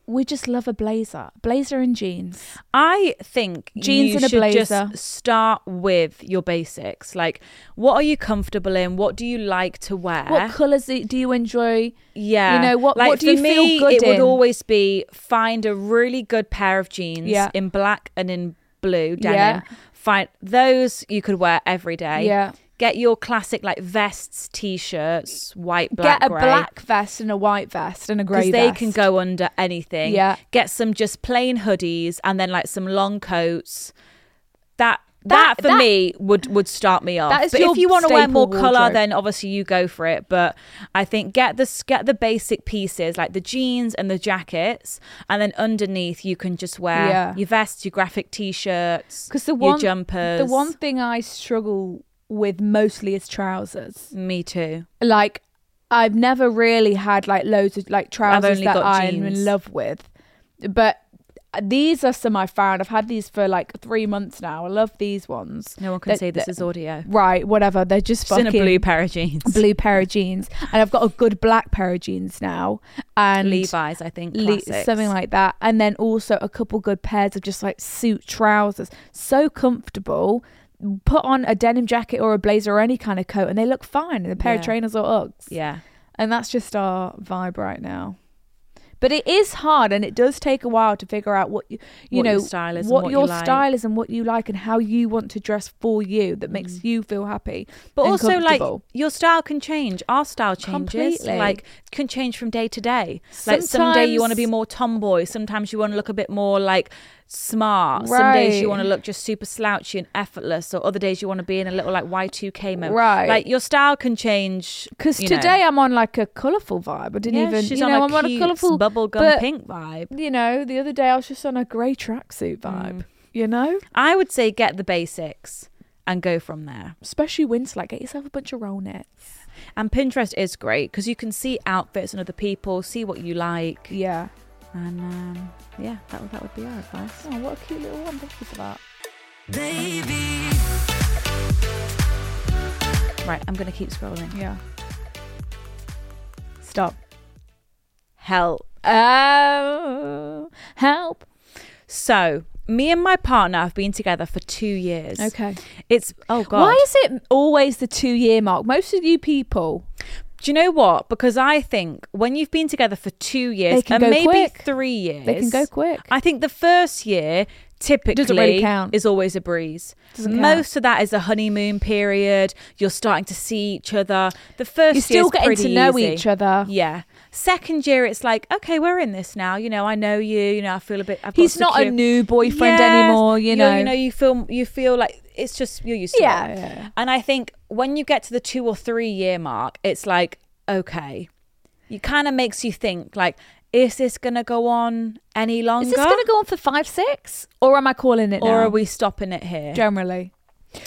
C: We just love a blazer, blazer and jeans.
D: I think
C: Jeans
D: you
C: and a
D: should
C: blazer.
D: Just start with your basics. Like, what are you comfortable in? What do you like to wear?
C: What colours do do you enjoy?
D: Yeah.
C: You know, what-
D: Like,
C: what do you
D: for
C: feel
D: me,
C: good
D: It would
C: in?
D: always be find a really good pair of jeans
C: Yeah.
D: in black and in blue denim.
C: Yeah.
D: Find those you could wear every day.
C: Yeah.
D: Get your classic like vests, t-shirts, white, black,
C: Get a
D: grey.
C: black vest and a white vest and a grey
D: because
C: vest.
D: they can go under anything.
C: Yeah.
D: Get some just plain hoodies and then like some long coats. That that,
C: That-
D: for
C: that-
D: me would would start me off.
C: That is
D: but
C: your
D: if you want to wear
C: staple
D: more color,
C: wardrobe.
D: then obviously you go for it. But I think get the s- get the basic pieces like the jeans and the jackets, and then underneath you can just wear
C: Yeah.
D: your vests, your graphic t-shirts,
C: Because the one
D: your jumpers.
C: the one thing I struggle with mostly is trousers.
D: me too.
C: Like I've never really had like loads of like trousers
D: only
C: that
D: got
C: I'm
D: jeans.
C: in love with, but these are some I found. I've had these for like three months now. I love these ones.
D: No one can
C: That-
D: say this
C: that-
D: is audio.
C: right. Whatever. They're just
D: Just in
C: fucking
D: a blue pair of jeans.
C: blue pair of jeans, and I've got a good black pair of jeans now, and
D: Levi's, I think.
C: Le-
D: classics.
C: something like that and then also a couple good pairs of just like suit trousers so comfortable put on a denim jacket or a blazer or any kind of coat and they look fine and a pair
D: Yeah.
C: of trainers or Uggs
D: yeah.
C: and that's just our vibe right now but it is hard and it does take a while to figure out what you you
D: What
C: know
D: your style is and
C: what,
D: what you
C: your
D: like.
C: style is and what you like and how you want to dress for you that makes you feel happy
D: Mm. But
C: and
D: also, like
C: comfortable.
D: your style can change. Our style changes.
C: Completely.
D: Like can change from day to day. Like some day you want to be
C: Sometimes-
D: more tomboy. Sometimes you want to look a bit more like smart. Some days
C: Right.
D: you want to look just super slouchy and effortless. Or other days you want to be in a little like Y two K mode.
C: Right.
D: Like your style can change.
C: Because
D: you know.
C: today I'm on like a colourful vibe. I didn't
D: Yeah,
C: even,
D: she's
C: you
D: on
C: know,
D: a
C: I'm on a
D: cute
C: colourful
D: bubblegum
C: but,
D: pink vibe.
C: You know, the other day I was just on a grey
D: Mm.
C: tracksuit vibe. You know,
D: I would say get the basics and go from there.
C: especially winter, like get yourself a bunch of roll nets.
D: And Pinterest is great because you can see outfits and other people, see what you like,
C: Yeah.
D: and um, yeah, that would, that would be our advice.
C: Oh, what a cute little one! Thank you for that.
B: Baby,
D: Right, I'm going to keep scrolling.
C: Yeah. Stop.
D: Help. Uh,
C: Oh, help.
D: So, me and my partner have been together for two years.
C: Okay.
D: It's, oh God.
C: Why is it always the two year mark? Most of you people.
D: Do you know what? Because I think when you've been together for two years
C: They can
D: and
C: go
D: maybe
C: quick.
D: three years,
C: They can go quick.
D: I think the first year typically
C: Doesn't really count.
D: is always a breeze.
C: Doesn't count.
D: Most of that is a honeymoon period. You're starting to see each other. The first
C: You're still
D: year's
C: getting
D: pretty
C: to know
D: easy.
C: each other.
D: Yeah. Second year, it's like, okay, we're in this now. You know, I know you. You know, I feel a bit. I've got
C: He's not a
D: secure-
C: new boyfriend anymore, you
D: You're-
C: know.
D: you know, you feel you feel like it's just you're used to
C: Yeah,
D: it.
C: yeah, yeah.
D: And I think when you get to the two or three year mark, it's like, okay, it kind of makes you think like, is this gonna go on any longer?
C: Is this going to go on for five, six, or am I calling it?
D: or
C: now?
D: are we stopping it here?
C: generally?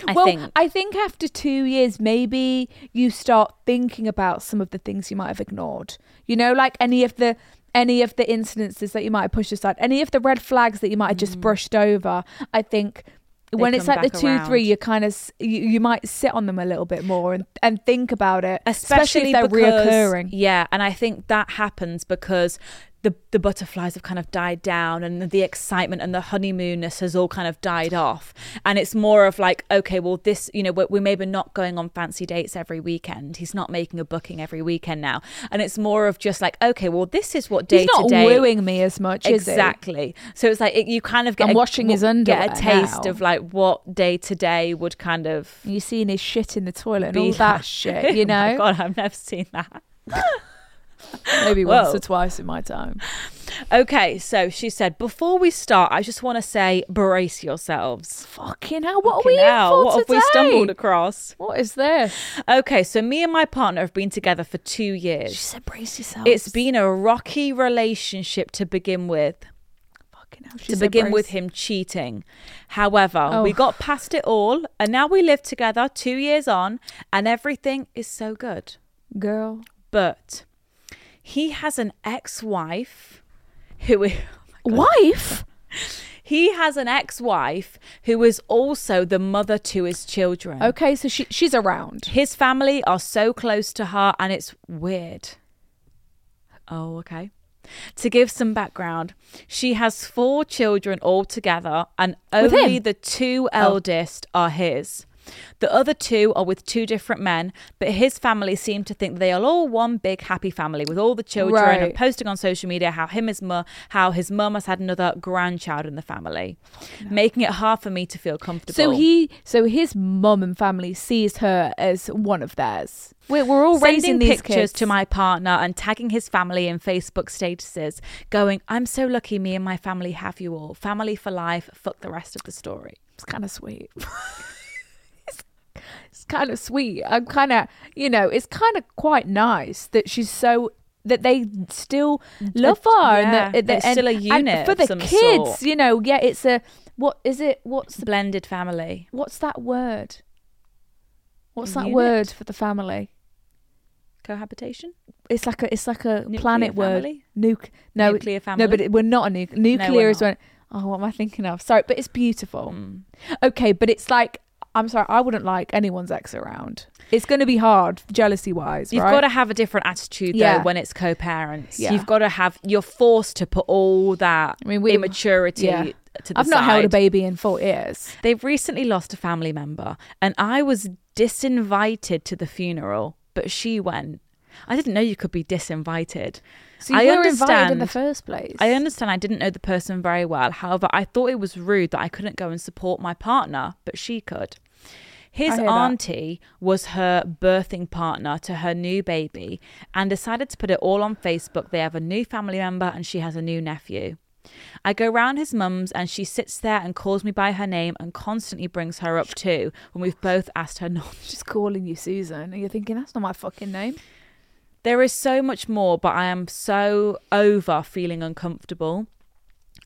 D: I
C: well,
D: think.
C: I think after two years, maybe you start thinking about some of the things you might have ignored. You know, like any of the any of the incidences that you might have pushed aside, any of the red flags that you might have just brushed over. I think. when it's
D: Mm. come
C: like the
D: back
C: two three
D: around.
C: you kind of s- you, you might sit on them a little bit more and, and think about it
D: especially,
C: if they're
D: because-
C: reoccurring
D: Yeah, and I think that happens because the the butterflies have kind of died down, and the excitement and the honeymoonness has all kind of died off, and it's more of like, okay, well, this, you know, we're, we're maybe not going on fancy dates every weekend. He's not making a booking every weekend now, and it's more of just like, okay, well, this is what day
C: he's not
D: to day
C: wooing me as much is he?
D: exactly. So it's like it, you kind of get
C: I'm
D: a,
C: washing his
D: get
C: underwear
D: a taste
C: now.
D: of like what day to day would kind of
C: you seeing his shit in the toilet and
D: be
C: all that
D: like-
C: shit, you
D: Oh my
C: know?
D: God, I've never seen that.
C: Maybe once
D: Whoa.
C: or twice in my time.
D: Okay, so she said, before we start, I just want to say, brace yourselves.
C: Fucking hell, what
D: Fucking
C: are we
D: hell,
C: in for
D: what have
C: today?
D: we stumbled across?
C: What is this?
D: Okay, so me and my partner have been together for two years.
C: She said, brace yourself.
D: It's been a rocky relationship to begin with.
C: fucking hell. She
D: To
C: said
D: begin
C: brace-
D: with him cheating. However,
C: Oh.
D: we got past it all and now we live together two years on and everything is so good.
C: Girl.
D: But he has an ex wife who oh
C: Wife?
D: he has an ex wife who is also the mother to his children.
C: Okay, so she she's around.
D: His family are so close to her, and it's weird. Oh, okay. To give some background, she has four children altogether, and
C: With
D: only
C: him? Oh.
D: the two eldest are his. The other two are with two different men, but his family seem to think they are all one big happy family with all the children and
C: Right.
D: posting on social media how him his mu- how his mum has had another grandchild in the family, making it hard for me to feel comfortable.
C: So he so his mum and family sees her as one of theirs. We're, we're all raising
D: sending
C: these
D: pictures
C: kids.
D: to my partner and tagging his family in Facebook statuses, going, "I'm so lucky, me and my family have you all. Family for life. Fuck the rest of the story."
C: It's kind of sweet. It's- it's kind of sweet. I'm kind of, you know, it's kind of quite nice that she's so that they still love her and that
D: yeah,
C: that-
D: they're
C: and-
D: still a
C: and
D: unit
C: for
D: of
C: the
D: some
C: kids.
D: sort.
C: You know, yeah, it's a what is it? What's the
D: Blended family.
C: what's that word? What's that
D: Unit?
C: word for the family?
D: Cohabitation?
C: It's like a it's like a
D: Nuclear
C: planet word.
D: family?
C: Nuke no
D: Nuclear
C: No, but
D: family?
C: it, we're not a nuke. Nuclear
D: we're
C: is when. Oh, what am I thinking of? Sorry, but it's beautiful.
D: Mm.
C: Okay, but it's like I'm sorry, I wouldn't like anyone's ex around. It's going to be hard, jealousy wise.
D: You've
C: right?
D: got to have a different attitude though
C: Yeah.
D: when it's co-parents.
C: Yeah.
D: You've got to have. You're forced to put all that
C: I mean, we-
D: immaturity
C: yeah.
D: to the
C: I've not held a
D: side.
C: baby in four years.
D: They've recently lost a family member, and I was disinvited to the funeral, but she went. I didn't know you could be disinvited.
C: So you
D: I
C: were invited in
D: understand.
C: the first place.
D: I understand I didn't know the person very well. However, I thought it was rude that I couldn't go and support my partner, but she could.
C: I
D: His
C: hear that.
D: auntie was her birthing partner to her new baby and decided to put it all on Facebook. They have a new family member and she has a new nephew. I go round his mum's and she sits there and calls me by her name and constantly brings her up too when we've both asked her not
C: She's calling you Susan, and you're thinking that's not my fucking name.
D: There is so much more, but I am so over feeling uncomfortable.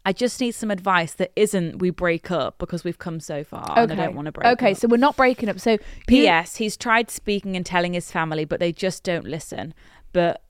D: I just need some advice that isn't we break up because we've come so far Oh, and I don't want to break up.
C: Okay, so we're not breaking up. So you-
D: P.S. He's tried speaking and telling his family, but they just don't listen. But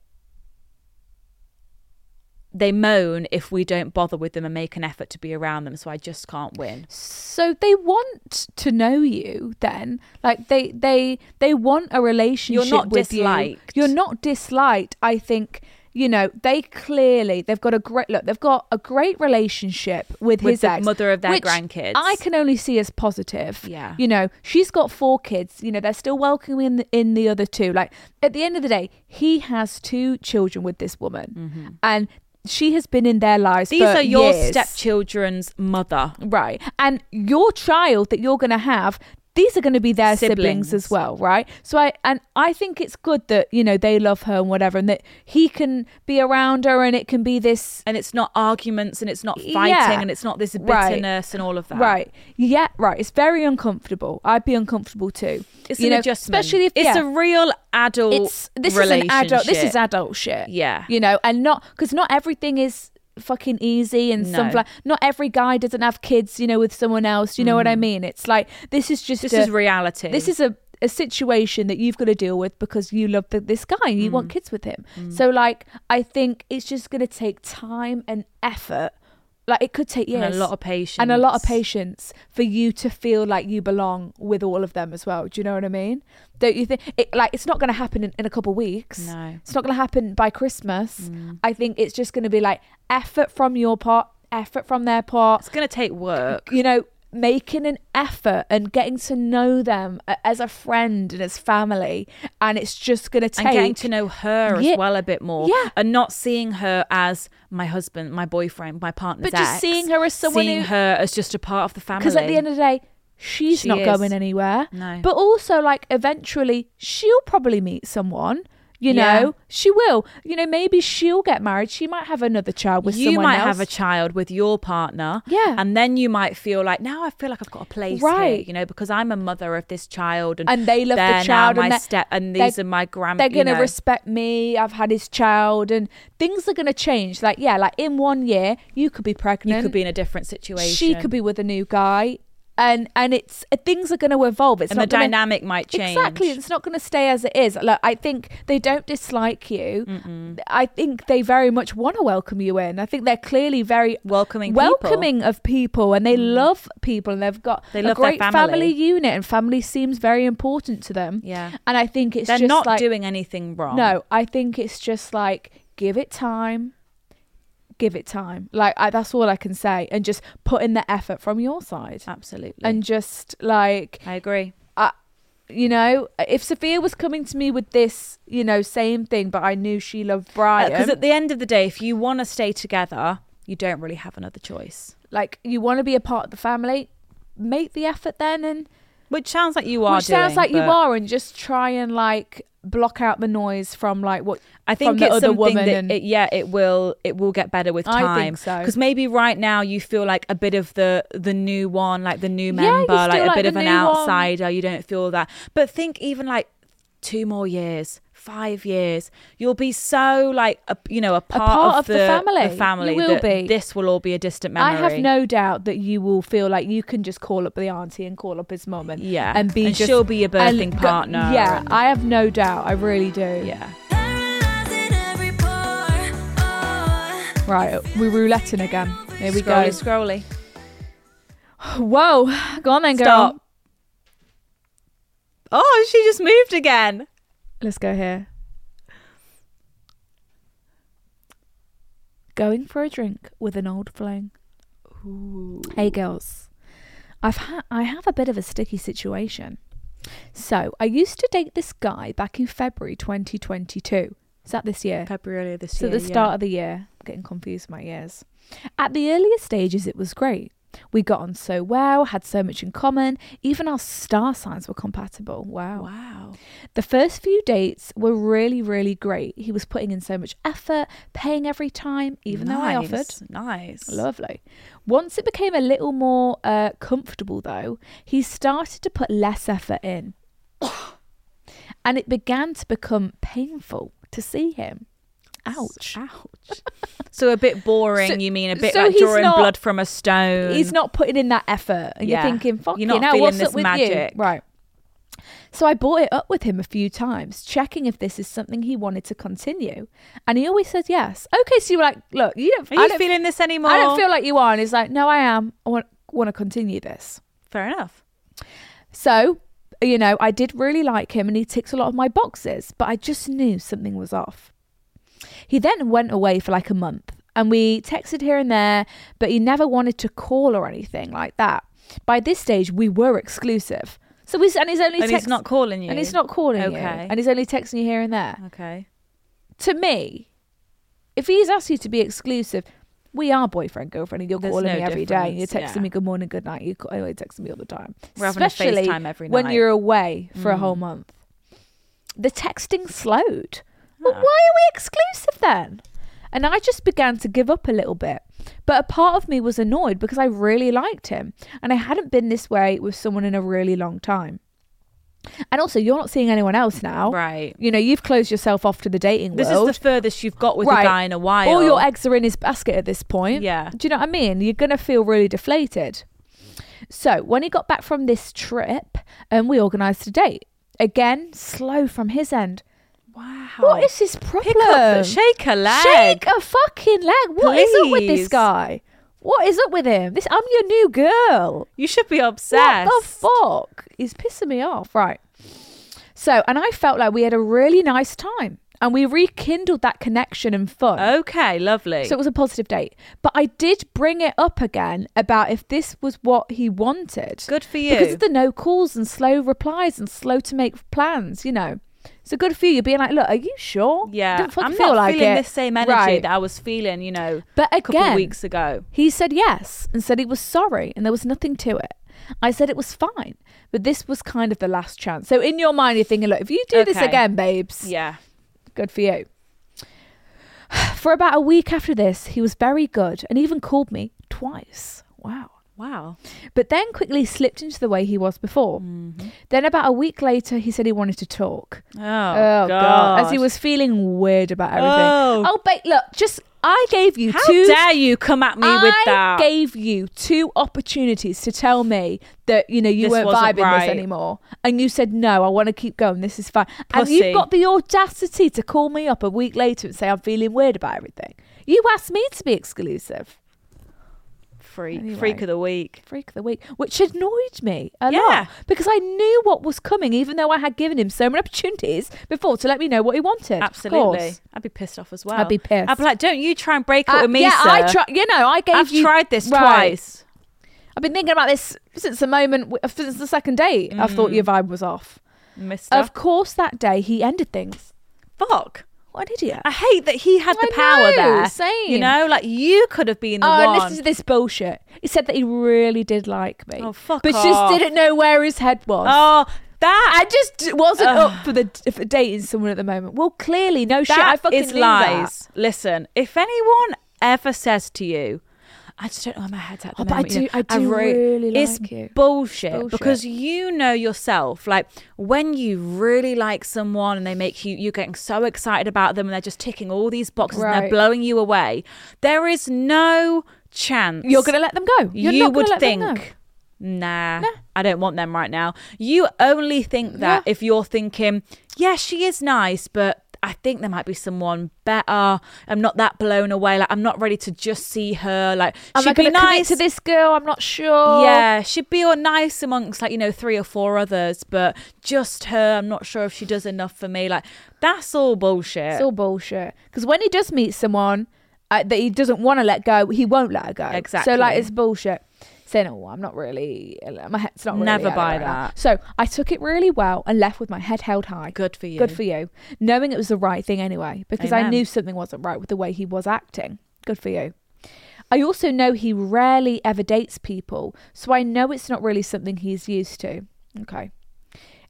D: they moan if we don't bother with them and make an effort to be around them, so I just can't win.
C: so they want to know you then like they they they want a relationship
D: not
C: with
D: disliked.
C: you you're not disliked i think you know they clearly they've got a great look they've got a great relationship with,
D: With
C: his
D: the
C: ex
D: mother of their
C: which
D: grandkids.
C: i can only see as positive
D: Yeah.
C: you know she's got four kids you know they're still welcoming in the, in the other two like at the end of the day he has two children with this woman and she has been in their lives
D: Mm-hmm. These
C: for
D: are your
C: years.
D: stepchildren's mother.
C: Right. And your child that you're going to have, these are going to be their siblings.
D: Siblings.
C: as well, right? So I and I think it's good that, you know, they love her and whatever and that he can be around her and it can be this
D: And it's not arguments and it's not fighting
C: Yeah.
D: and it's not this
C: Right.
D: bitterness and all of that.
C: Right. Yeah, right. It's very uncomfortable. I'd be uncomfortable too.
D: It's
C: You
D: an
C: know,
D: adjustment.
C: Especially if
D: it's
C: yeah.
D: a real adult.
C: it's this is an adult this is
D: relationship.
C: adult shit
D: Yeah.
C: you know and not because not everything is fucking easy and some
D: No.
C: fla- not every guy doesn't have kids you know with someone else you know what i mean it's like this is just
D: Mm. This
C: a-
D: is reality.
C: this is a a situation that you've got to deal with because you love the, this guy and you want
D: Mm.
C: kids with him so like i think it's just going to take time and effort like it could take years
D: and a lot of patience
C: and a lot of patience for you to feel like you belong with all of them as well. Do you know what I mean? Don't you think? It, like it's not going to happen in, in a couple of weeks.
D: No. Mm.
C: it's not going to happen by Christmas. I think it's just going to be like effort from your part, effort from their part.
D: It's gonna take work.
C: You know, making an effort and getting to know them a- as a friend and as family, and it's just going to take
D: and getting to know her
C: Yeah.
D: as well a bit more,
C: Yeah.
D: and not seeing her as my husband, my boyfriend, my partner,
C: But just seeing her as someone
D: seeing
C: who-
D: her as just a part of the family.
C: Because at the end of the day, she's
D: She
C: not
D: is.
C: going anywhere.
D: No.
C: But also, like, eventually, she'll probably meet someone. You
D: Yeah.
C: know, she will. You know, maybe she'll get married. She might have another child with
D: you
C: someone
D: might
C: else.
D: have a child with your partner
C: Yeah.
D: and then you might feel like now i feel like i've got a place right
C: Right.
D: here, you know because i'm a mother of this child and,
C: and they love
D: they're
C: the child
D: now my
C: and they're-
D: step and
C: they're-
D: these are my grand
C: they're gonna
D: you know.
C: respect me i've had his child and things are gonna change like yeah like in one year you could be
D: you
C: pregnant
D: could be in a different situation
C: she could be with a new guy and and it's uh, things are gonna evolve it's
D: And
C: not
D: the
C: gonna-
D: dynamic might change.
C: exactly it's not gonna stay as it is like i think they don't dislike you i think they very much want to welcome you in i think they're clearly very
D: Welcoming people. Mm.
C: welcoming of people and they love people and they've got
D: They
C: a
D: love their
C: great
D: family.
C: unit and family seems very important to them
D: Yeah.
C: and i think it's
D: they're
C: just
D: not
C: like,
D: doing anything wrong
C: no, I think it's just like give it time, give it time. Like I, that's all I can say, and just put in the effort from your side,
D: absolutely
C: and just like
D: i agree
C: I, you know, if Sophia was coming to me with this, you know, same thing, but I knew she loved Brian,
D: because at the end of the day if you want to stay together you don't really have another choice
C: like you want to be a part of the family, make the effort then, and
D: which sounds like you are
C: which sounds
D: doing,
C: like you
D: but-
C: are, and just try and like block out the noise from like what
D: I think
C: from the
D: it's
C: other
D: something
C: woman
D: that
C: and-
D: it, yeah, it will it will get better with
C: I
D: time.
C: think so.
D: Because maybe right now you feel like a bit of the the new one, like the new
C: you
D: member,
C: still
D: like a
C: like
D: bit
C: the
D: of an
C: new one.
D: outsider. You don't feel that, but think even like two more years, five years, you'll be so like a, you know a part,
C: part of the family.
D: The family
C: You will
D: that
C: be.
D: This will all be a distant memory.
C: I have no doubt that you will feel like you can just call up the auntie and call up his mum and
D: Yeah.
C: and be
D: And
C: just-
D: she'll be a birthing
C: and go-
D: partner
C: Yeah,
D: and-
C: I have no doubt. I really do.
D: Yeah.
B: Paralyzing every pore. Oh,
C: Right, we're rouletting again. Here we go.
D: Scrolly, scrolly.
C: Whoa, go on then, girl.
D: Stop. Oh, she just moved again.
C: Let's go here. Going for a drink with an old fling. Hey girls, I've ha- I have a bit of a sticky situation. So I used to date this guy back in February 2022. Is that this year?
D: February earlier this
C: So
D: year.
C: at the start of the year, I'm getting confused with my years. At the earlier stages, it was great. We got on so well, had so much in common, even our star signs were compatible. Wow. Wow. The first few dates were really, really great. He was putting in so much effort, paying every time, even though I offered.
D: Nice.
C: Lovely. Once it became a little more uh, comfortable, though, he started to put less effort in. and it began to become painful to see him. Ouch.
D: Ouch. so a bit boring,
C: So-
D: you mean? A bit
C: so
D: like
C: he's
D: drawing
C: not-
D: blood from a stone.
C: He's not putting in that effort. And
D: Yeah.
C: you're thinking, fuck
D: You're not
C: now,
D: feeling
C: what's
D: this
C: up with
D: magic.
C: you? Right. So I brought it up with him a few times, checking if this is something he wanted to continue. And he always said yes. Okay, so you were like, look, you don't
D: Are
C: I
D: you
C: don't-
D: feeling this anymore?
C: I don't feel like you are. And he's like, no, I am. I want, want to continue this.
D: Fair enough.
C: So, you know, I did really like him and he ticks a lot of my boxes, but I just knew something was off. He then went away for like a month and we texted here and there, but he never wanted to call or anything like that. By this stage, we were exclusive. So he's, and he's only
D: And he's
C: text-
D: not calling you?
C: and he's not calling you,
D: Okay.
C: and he's only texting you here and there.
D: Okay.
C: To me, if he's asked you to be exclusive, we are boyfriend girlfriend, and you're
D: There's
C: calling
D: no
C: me every day, and You're
D: difference,
C: texting
D: yeah.
C: me good morning, good night. You call, oh, you text me all the time,
D: We're having a
C: especially
D: FaceTime every
C: when
D: night. Mm.
C: you're away for a whole month. The texting slowed. Well, why are
D: Ah.
C: we exclusive then? And I just began to give up a little bit. But a part of me was annoyed because I really liked him, and I hadn't been this way with someone in a really long time. And also, you're not seeing anyone else now,
D: Right.
C: You know, you've closed yourself off to the dating
D: This
C: Oh. world
D: is the furthest you've got with a guy in a while.
C: all your eggs are in his basket at this point.
D: Yeah.
C: Do you know what I mean? You're going to feel really deflated. So when he got back from this trip, and we organised a date. Again, slow from his end.
D: Wow.
C: What is his problem?
D: Oh. Pick up, the- shake a leg.
C: Shake a fucking leg. What is up with
D: Please.
C: this guy? What is up with him? This I'm your new girl.
D: You should be obsessed.
C: What the fuck? He's pissing me off. Right. So, and I felt like we had a really nice time. And we rekindled that connection and fun.
D: Okay, lovely.
C: So it was a positive date. But I did bring it up again about if this was what he wanted.
D: Good for
C: Because
D: you.
C: of the no calls and slow replies and slow to make plans, you know. So good for you. You're being like, look, are you sure?
D: yeah,
C: Don't fucking
D: I'm
C: feel
D: not
C: like
D: feeling
C: it.
D: the same energy
C: Right.
D: that I was feeling, you know,
C: But
D: a couple
C: again-
D: of weeks ago.
C: He said yes and said he was sorry and there was nothing to it. I said it was fine, but this was kind of the last chance. So in your mind, you're thinking, look, if you do this
D: Okay.
C: again, babes,
D: Yeah,
C: Good for you. For about a week after this, he was very good and even called me twice. Wow.
D: Wow.
C: But then quickly slipped into the way he was before. Then, about a week later, he said he wanted to talk.
D: Mm-hmm. Oh,
C: Oh,
D: God.
C: God. As he was feeling weird about everything.
D: Oh.
C: Oh, but look, just, I gave you
D: How
C: two.
D: dare you come at me
C: I
D: with that?
C: gave you two opportunities to tell me that you know you
D: This
C: weren't
D: wasn't
C: vibing
D: right.
C: this anymore, and you said no. I want to keep going. This is fine. And
D: Pussy.
C: you've got the audacity to call me up a week later and say I'm feeling weird about everything. You asked me to be exclusive.
D: freak,
C: Anyway.
D: freak of the week.
C: Freak of the week, which annoyed me a
D: Yeah.
C: lot because I knew what was coming, even though I had given him so many opportunities before to let me know what he wanted. Of
D: Absolutely.
C: course.
D: I'd be pissed off as well.
C: I'd be pissed.
D: I'd be like, don't you try and break
C: Uh,
D: up with me,
C: yeah,
D: sir.
C: I try. You know, I gave
D: I've
C: you
D: tried this
C: Right.
D: twice.
C: I've been thinking about this since the moment, uh, since the second date. I
D: Mm.
C: thought your vibe was off.
D: Mister.
C: Of course, that day he ended things.
D: Fuck.
C: What an idiot!
D: I hate that he had the
C: I
D: power
C: know,
D: there. You
C: same.
D: know, like you could have been the
C: Oh,
D: one.
C: and listen to this bullshit. He said that he really did like me.
D: Oh, fuck
C: But
D: off.
C: just didn't know where his head was.
D: Oh, that
C: I just d- wasn't
D: Ugh.
C: up for the for dating someone at the moment. Well, clearly, no shit. I
D: That
C: fucking
D: is
C: knew
D: lies. Listen, if anyone ever says to you, I just don't know where my head's at. The
C: Oh, but I
D: moment, you know,
C: do- I do
D: re-
C: really
D: it's
C: like you.
D: Bullshit,
C: Bullshit.
D: because you know yourself. Like when you really like someone and they make you, you're getting so excited about them and they're just ticking all these boxes and they're
C: Right.
D: blowing you away. There is no chance
C: that. You're gonna let them go. You're
D: you
C: not gonna
D: would
C: let them
D: think,
C: go.
D: nah, I don't want them right now. You only think that
C: Yeah.
D: if you're thinking, yeah, she is nice, but I think there might be someone better. I'm not that blown away. Like I'm not ready to just see her. Like
C: Am
D: she'd
C: I gonna
D: be
C: commit
D: nice
C: to this girl? I'm not sure.
D: Yeah, she'd be all nice amongst like you know three or four others, but just her. I'm not sure if she does enough for me. Like that's all bullshit.
C: It's all bullshit. Because when he does meet someone uh, that he doesn't want to let go, he won't let her go. So
D: Exactly.
C: like it's bullshit. Saying, "Oh, I'm not really, my head's not really."
D: Never
C: at it
D: buy
C: right now."
D: that.
C: So I took it really well and left with my head held high.
D: Good for you.
C: Good for you. Knowing it was the right thing anyway, because I
D: Amen.
C: knew something wasn't right with the way he was acting. Good for you. I also know he rarely ever dates people, so I know it's not really something he's used to. Okay.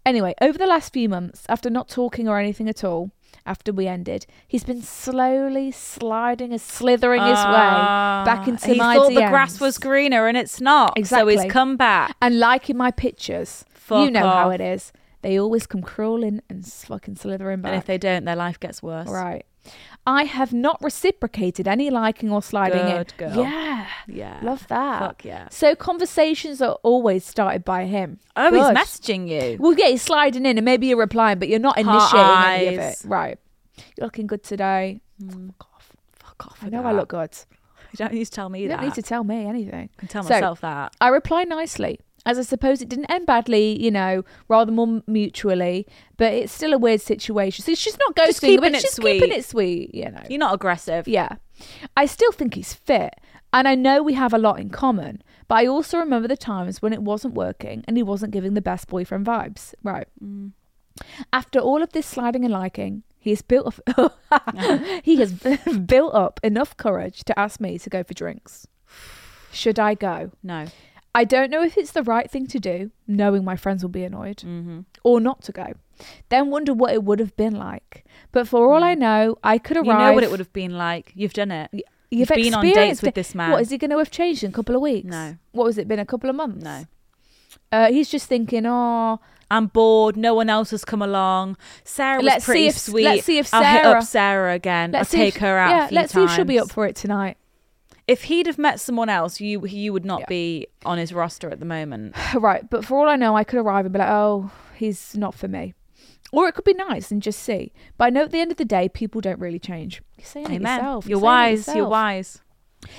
C: Anyway, over the last few months, after not talking or anything at all, after we ended, he's been slowly sliding and slithering his way back into
D: Ah, Uh, he
C: my
D: thought the
C: DMs
D: grass was greener and it's not. So he's
C: Exactly.
D: come back.
C: and liking my pictures.
D: Fuck
C: you know how
D: off.
C: it is. They always come crawling and s- fucking slithering back.
D: And if they don't, their life gets worse.
C: Right. I have not reciprocated any liking or sliding
D: Good
C: in.
D: girl.
C: Yeah.
D: Yeah.
C: Love that.
D: Fuck yeah.
C: So conversations are always started by him.
D: Oh,
C: Good.
D: he's messaging you.
C: Well, yeah, he's sliding in and maybe you're replying, but you're not initiating any of it.
D: eyes.
C: Right. You're looking good today. Fuck off.
D: Fuck off.
C: I
D: with
C: know I
D: that.
C: look good.
D: You don't need to tell me
C: You
D: that.
C: don't need to tell me anything.
D: I can tell
C: So,
D: myself that.
C: I reply nicely, as I suppose it didn't end badly, you know, rather more mutually, but it's still a weird situation. So she's not ghosting,
D: Just keeping
C: but
D: it
C: she's
D: sweet.
C: keeping it sweet, you know.
D: You're not aggressive.
C: Yeah. I still think he's fit, and I know we have a lot in common, but I also remember the times when it wasn't working and he wasn't giving the best boyfriend vibes. Right.
D: Mm.
C: After all of this sliding and liking, he has built up he has built up enough courage to ask me to go for drinks. Should I go?
D: No.
C: I don't know if it's the right thing to do, knowing my friends will be annoyed,
D: Mm-hmm.
C: or not to go. Then wonder what it would have been like. But for all I know, I could arrive.
D: Mm. You know what it would have been like. You've done it.
C: You've,
D: been on dates
C: experienced
D: with
C: it.
D: this man.
C: What is he going to have changed in a couple of weeks?
D: No.
C: What has it been? A couple of months?
D: No.
C: Uh, he's just thinking, oh,
D: I'm bored. No one else has come along. Sarah was
C: Let's see
D: pretty
C: if-
D: sweet.
C: let's see if
D: I'll hit
C: Sarah-
D: up Sarah again.
C: let's
D: I'll
C: see if-
D: take her out.
C: Yeah,
D: a few
C: let's see if she'll be up
D: times.
C: for it tonight.
D: If he'd have met someone else, you you would not be on his roster at the moment.
C: right, but for all I know, I could arrive and be like, oh, he's not for me. Or it could be nice and just see. But I know at the end of the day, people don't really change. You're saying it
D: Amen.
C: yourself.
D: You're
C: saying it
D: wise. You're
C: yourself.
D: wise.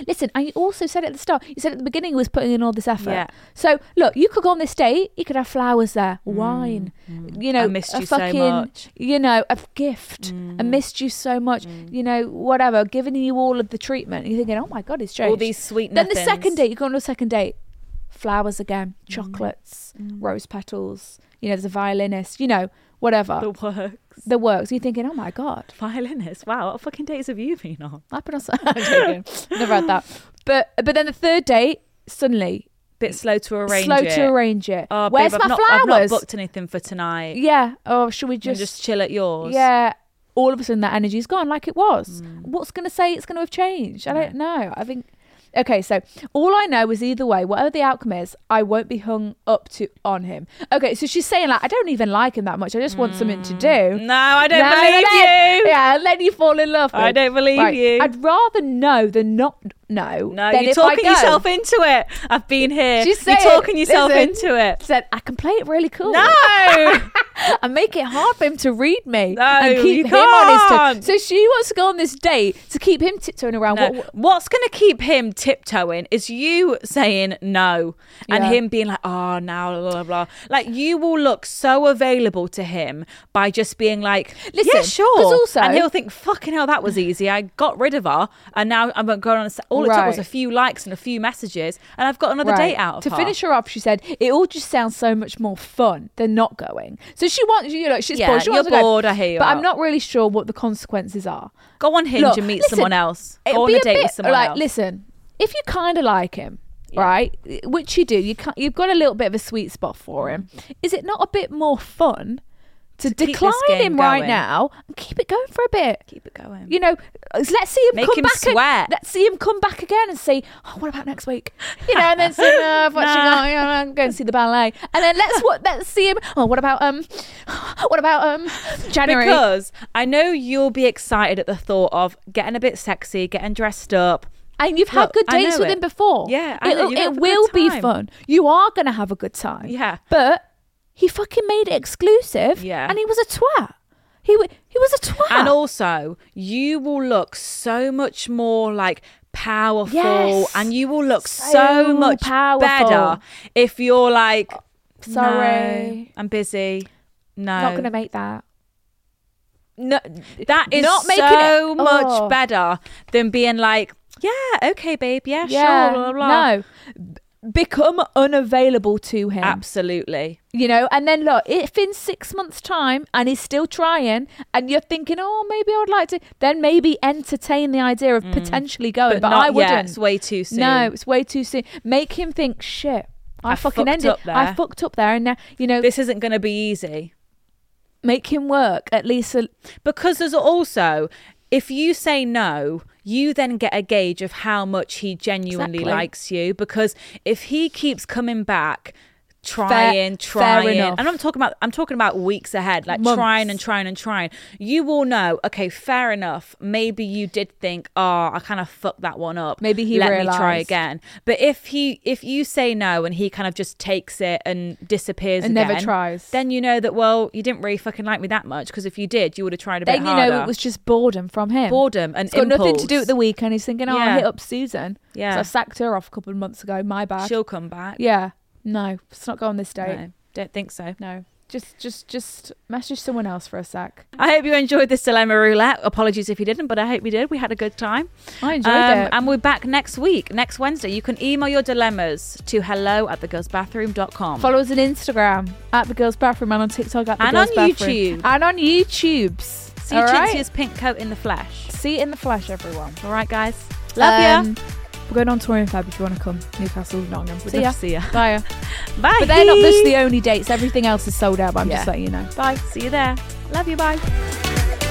C: Listen, and you also said at the start, you said at the beginning he was putting in all this effort.
D: Yeah.
C: So look, you could go on this date, you could have flowers there, wine, you know,
D: Mm, I missed
C: a
D: you so
C: fucking,
D: much. Mm.
C: you know, a f- gift. I missed you so much, you know, whatever, giving you all of the treatment. You're thinking, oh my god, it's changed.
D: these sweet
C: Then the
D: nothings. Mm.
C: second date, you go on a second date, flowers again, chocolates, rose petals. You know, there's a violinist. You know, whatever
D: The
C: the,
D: works.
C: works. You're thinking, oh my god,
D: Violinist. Wow. What fucking dates have you been on?
C: I've been on. I'm joking. Never had that. But but then the third date, suddenly
D: Bit slow to arrange.
C: slow
D: it.
C: to arrange it.
D: Oh, babe,
C: Where's
D: I've
C: my
D: not, I've not
C: flowers?
D: booked anything for tonight.
C: yeah. Oh, should we
D: Just,
C: just?
D: just chill Hmm. at yours.
C: yeah. all of a sudden that energy's gone like it was. What's going to say it's going to have changed? I don't know. I think, okay, so all I know is either way, whatever the outcome is, I won't be hung up to on him. Okay, so she's saying like, I don't even like him that much. I just want something to do.
D: Hmm. No, I don't
C: No,
D: believe
C: let-
D: you.
C: Yeah, let you fall in love.
D: I
C: with.
D: don't believe you.
C: I'd rather know than not know.
D: No,
C: than
D: you're
C: if I
D: talking
C: go.
D: yourself into it. I've been here.
C: She's
D: you're
C: saying-
D: talking yourself
C: listen,
D: into it.
C: Said I can play it really cool.
D: No.
C: and make it hard for him to read me
D: No,
C: and
D: you
C: keep him on his
D: can't.
C: toes. So she wants to go on this date to keep him tiptoeing around.
D: No.
C: What,
D: What's going to keep him tiptoeing is you saying no and
C: Yeah.
D: him being like, oh, now, blah, blah, blah. Like, you will look so available to him by just being like,
C: Listen,
D: yeah,
C: 'cause
D: sure.
C: also-
D: and he'll think, fucking hell, that was easy. I got rid of her and now I'm going on. A, se- all it took was
C: Right.
D: a few likes and a few messages and I've got another
C: Right.
D: date out of
C: to
D: her.
C: finish her off, she said it all just sounds so much more fun than not going. So she wants you know she's
D: Yeah,
C: bored. She wants
D: you're
C: to go,
D: bored, I hear you
C: But
D: out.
C: I'm not really sure what the consequences are.
D: Go on Hinge
C: Look,
D: and meet
C: listen,
D: someone else.
C: it'd
D: Go on
C: be
D: a date with
C: bit
D: someone
C: like,
D: else.
C: Listen, if you kind of like him, right, which you do, you can't, you've got a little bit of a sweet spot for him.
D: Mm-hmm.
C: Is it not a bit more fun to,
D: this
C: decline
D: game
C: him right
D: going.
C: now and keep it going for a bit?
D: Keep it going.
C: You know, uh, let's see him
D: Make
C: come
D: him
C: back. a-
D: sweat.
C: let's see him come back again and say, "Oh, what about next week?" You know, and then say, "No, I've watched
D: Nah.
C: it, yeah, I'm going to see the ballet." And then let's what let's see him. Oh, what about um, what about um, January?
D: Because I know you'll be excited at the thought of getting a bit sexy, getting dressed up.
C: And you've had
D: Look,
C: good
D: I
C: dates
D: know
C: with
D: it.
C: him before.
D: Yeah, I know,
C: It'll,
D: you're gonna
C: it
D: have a
C: will
D: good
C: be
D: time.
C: fun. You are going to have a good time.
D: Yeah.
C: But he fucking made it exclusive.
D: Yeah.
C: And he was a twat. He, wa- he was a twat.
D: And also, you will look so much more like powerful
C: Yes.
D: and you will look so,
C: So
D: much
C: powerful.
D: better if you're like,
C: Sorry.
D: "No, I'm busy. No.
C: Not going to make that.
D: no, that is
C: Not making
D: so
C: it-
D: much
C: Oh.
D: better than being like, yeah, okay, babe, yeah,
C: Yeah.
D: sure, blah, blah, blah.
C: No. B- Become unavailable to him.
D: Absolutely.
C: You know, and then look, if in six months' time and he's still trying and you're thinking, oh, maybe I would like to, then maybe entertain the idea of potentially going. But,
D: Mm. But not
C: I
D: yet.
C: wouldn't.
D: It's way too soon.
C: No, it's way too soon. Make him think, shit, I,
D: I
C: fucking
D: fucked
C: ended.
D: up there.
C: I fucked up there. And now, you know,
D: This isn't going to be easy.
C: make him work at least. A,
D: Because there's also, if you say no, you then get a gauge of how much he genuinely
C: Exactly.
D: likes you. Because if he keeps coming back, trying, trying,
C: enough.
D: and I'm talking about I'm talking about weeks ahead, like
C: Months.
D: trying and trying and trying. You will know. Okay, fair enough. Maybe you did think, oh, I kind of fucked that one up.
C: Maybe he
D: let me try
C: realised.
D: again. But if he if you say no and he kind of just takes it and disappears
C: And never
D: again,
C: tries.
D: then you know that well you didn't really fucking like me that much because if you did, you would have tried a bit
C: then you
D: harder.
C: know it was just boredom from him.
D: boredom and
C: It's got nothing to do
D: impulse.
C: with the weekend. He's thinking, oh, I
D: Yeah.
C: hit up Susan.
D: Yeah.
C: So I sacked her off a couple of months ago. My bad.
D: She'll come back.
C: yeah. No, let's not go on this date.
D: No, don't think so.
C: No. Just, just, just message someone else for a sec.
D: I hope you enjoyed this dilemma roulette. Apologies if you didn't, but I hope you did. We had a good time.
C: I enjoyed
D: Um,
C: it.
D: And we're back next week, next Wednesday. You can email your dilemmas to hello at thegirlsbathroom.com.
C: Follow us on Instagram at the girls' bathroom and on TikTok at the
D: And
C: girls'
D: on
C: bathroom
D: YouTube.
C: and on YouTube's.
D: See
C: All right?
D: Chintia's pink coat in the flesh.
C: See it in the flesh, everyone.
D: All right, guys. Love
C: Um,
D: you.
C: We're going on tour in Feb if you want to come. Newcastle, Nottingham.
D: We'd
C: See
D: love
C: ya.
D: to see ya.
C: Bye.
D: Bye.
C: But they're not just the only dates. Everything else is sold out, but I'm
D: Yeah.
C: just letting you know.
D: Bye. See you there. Love you. Bye.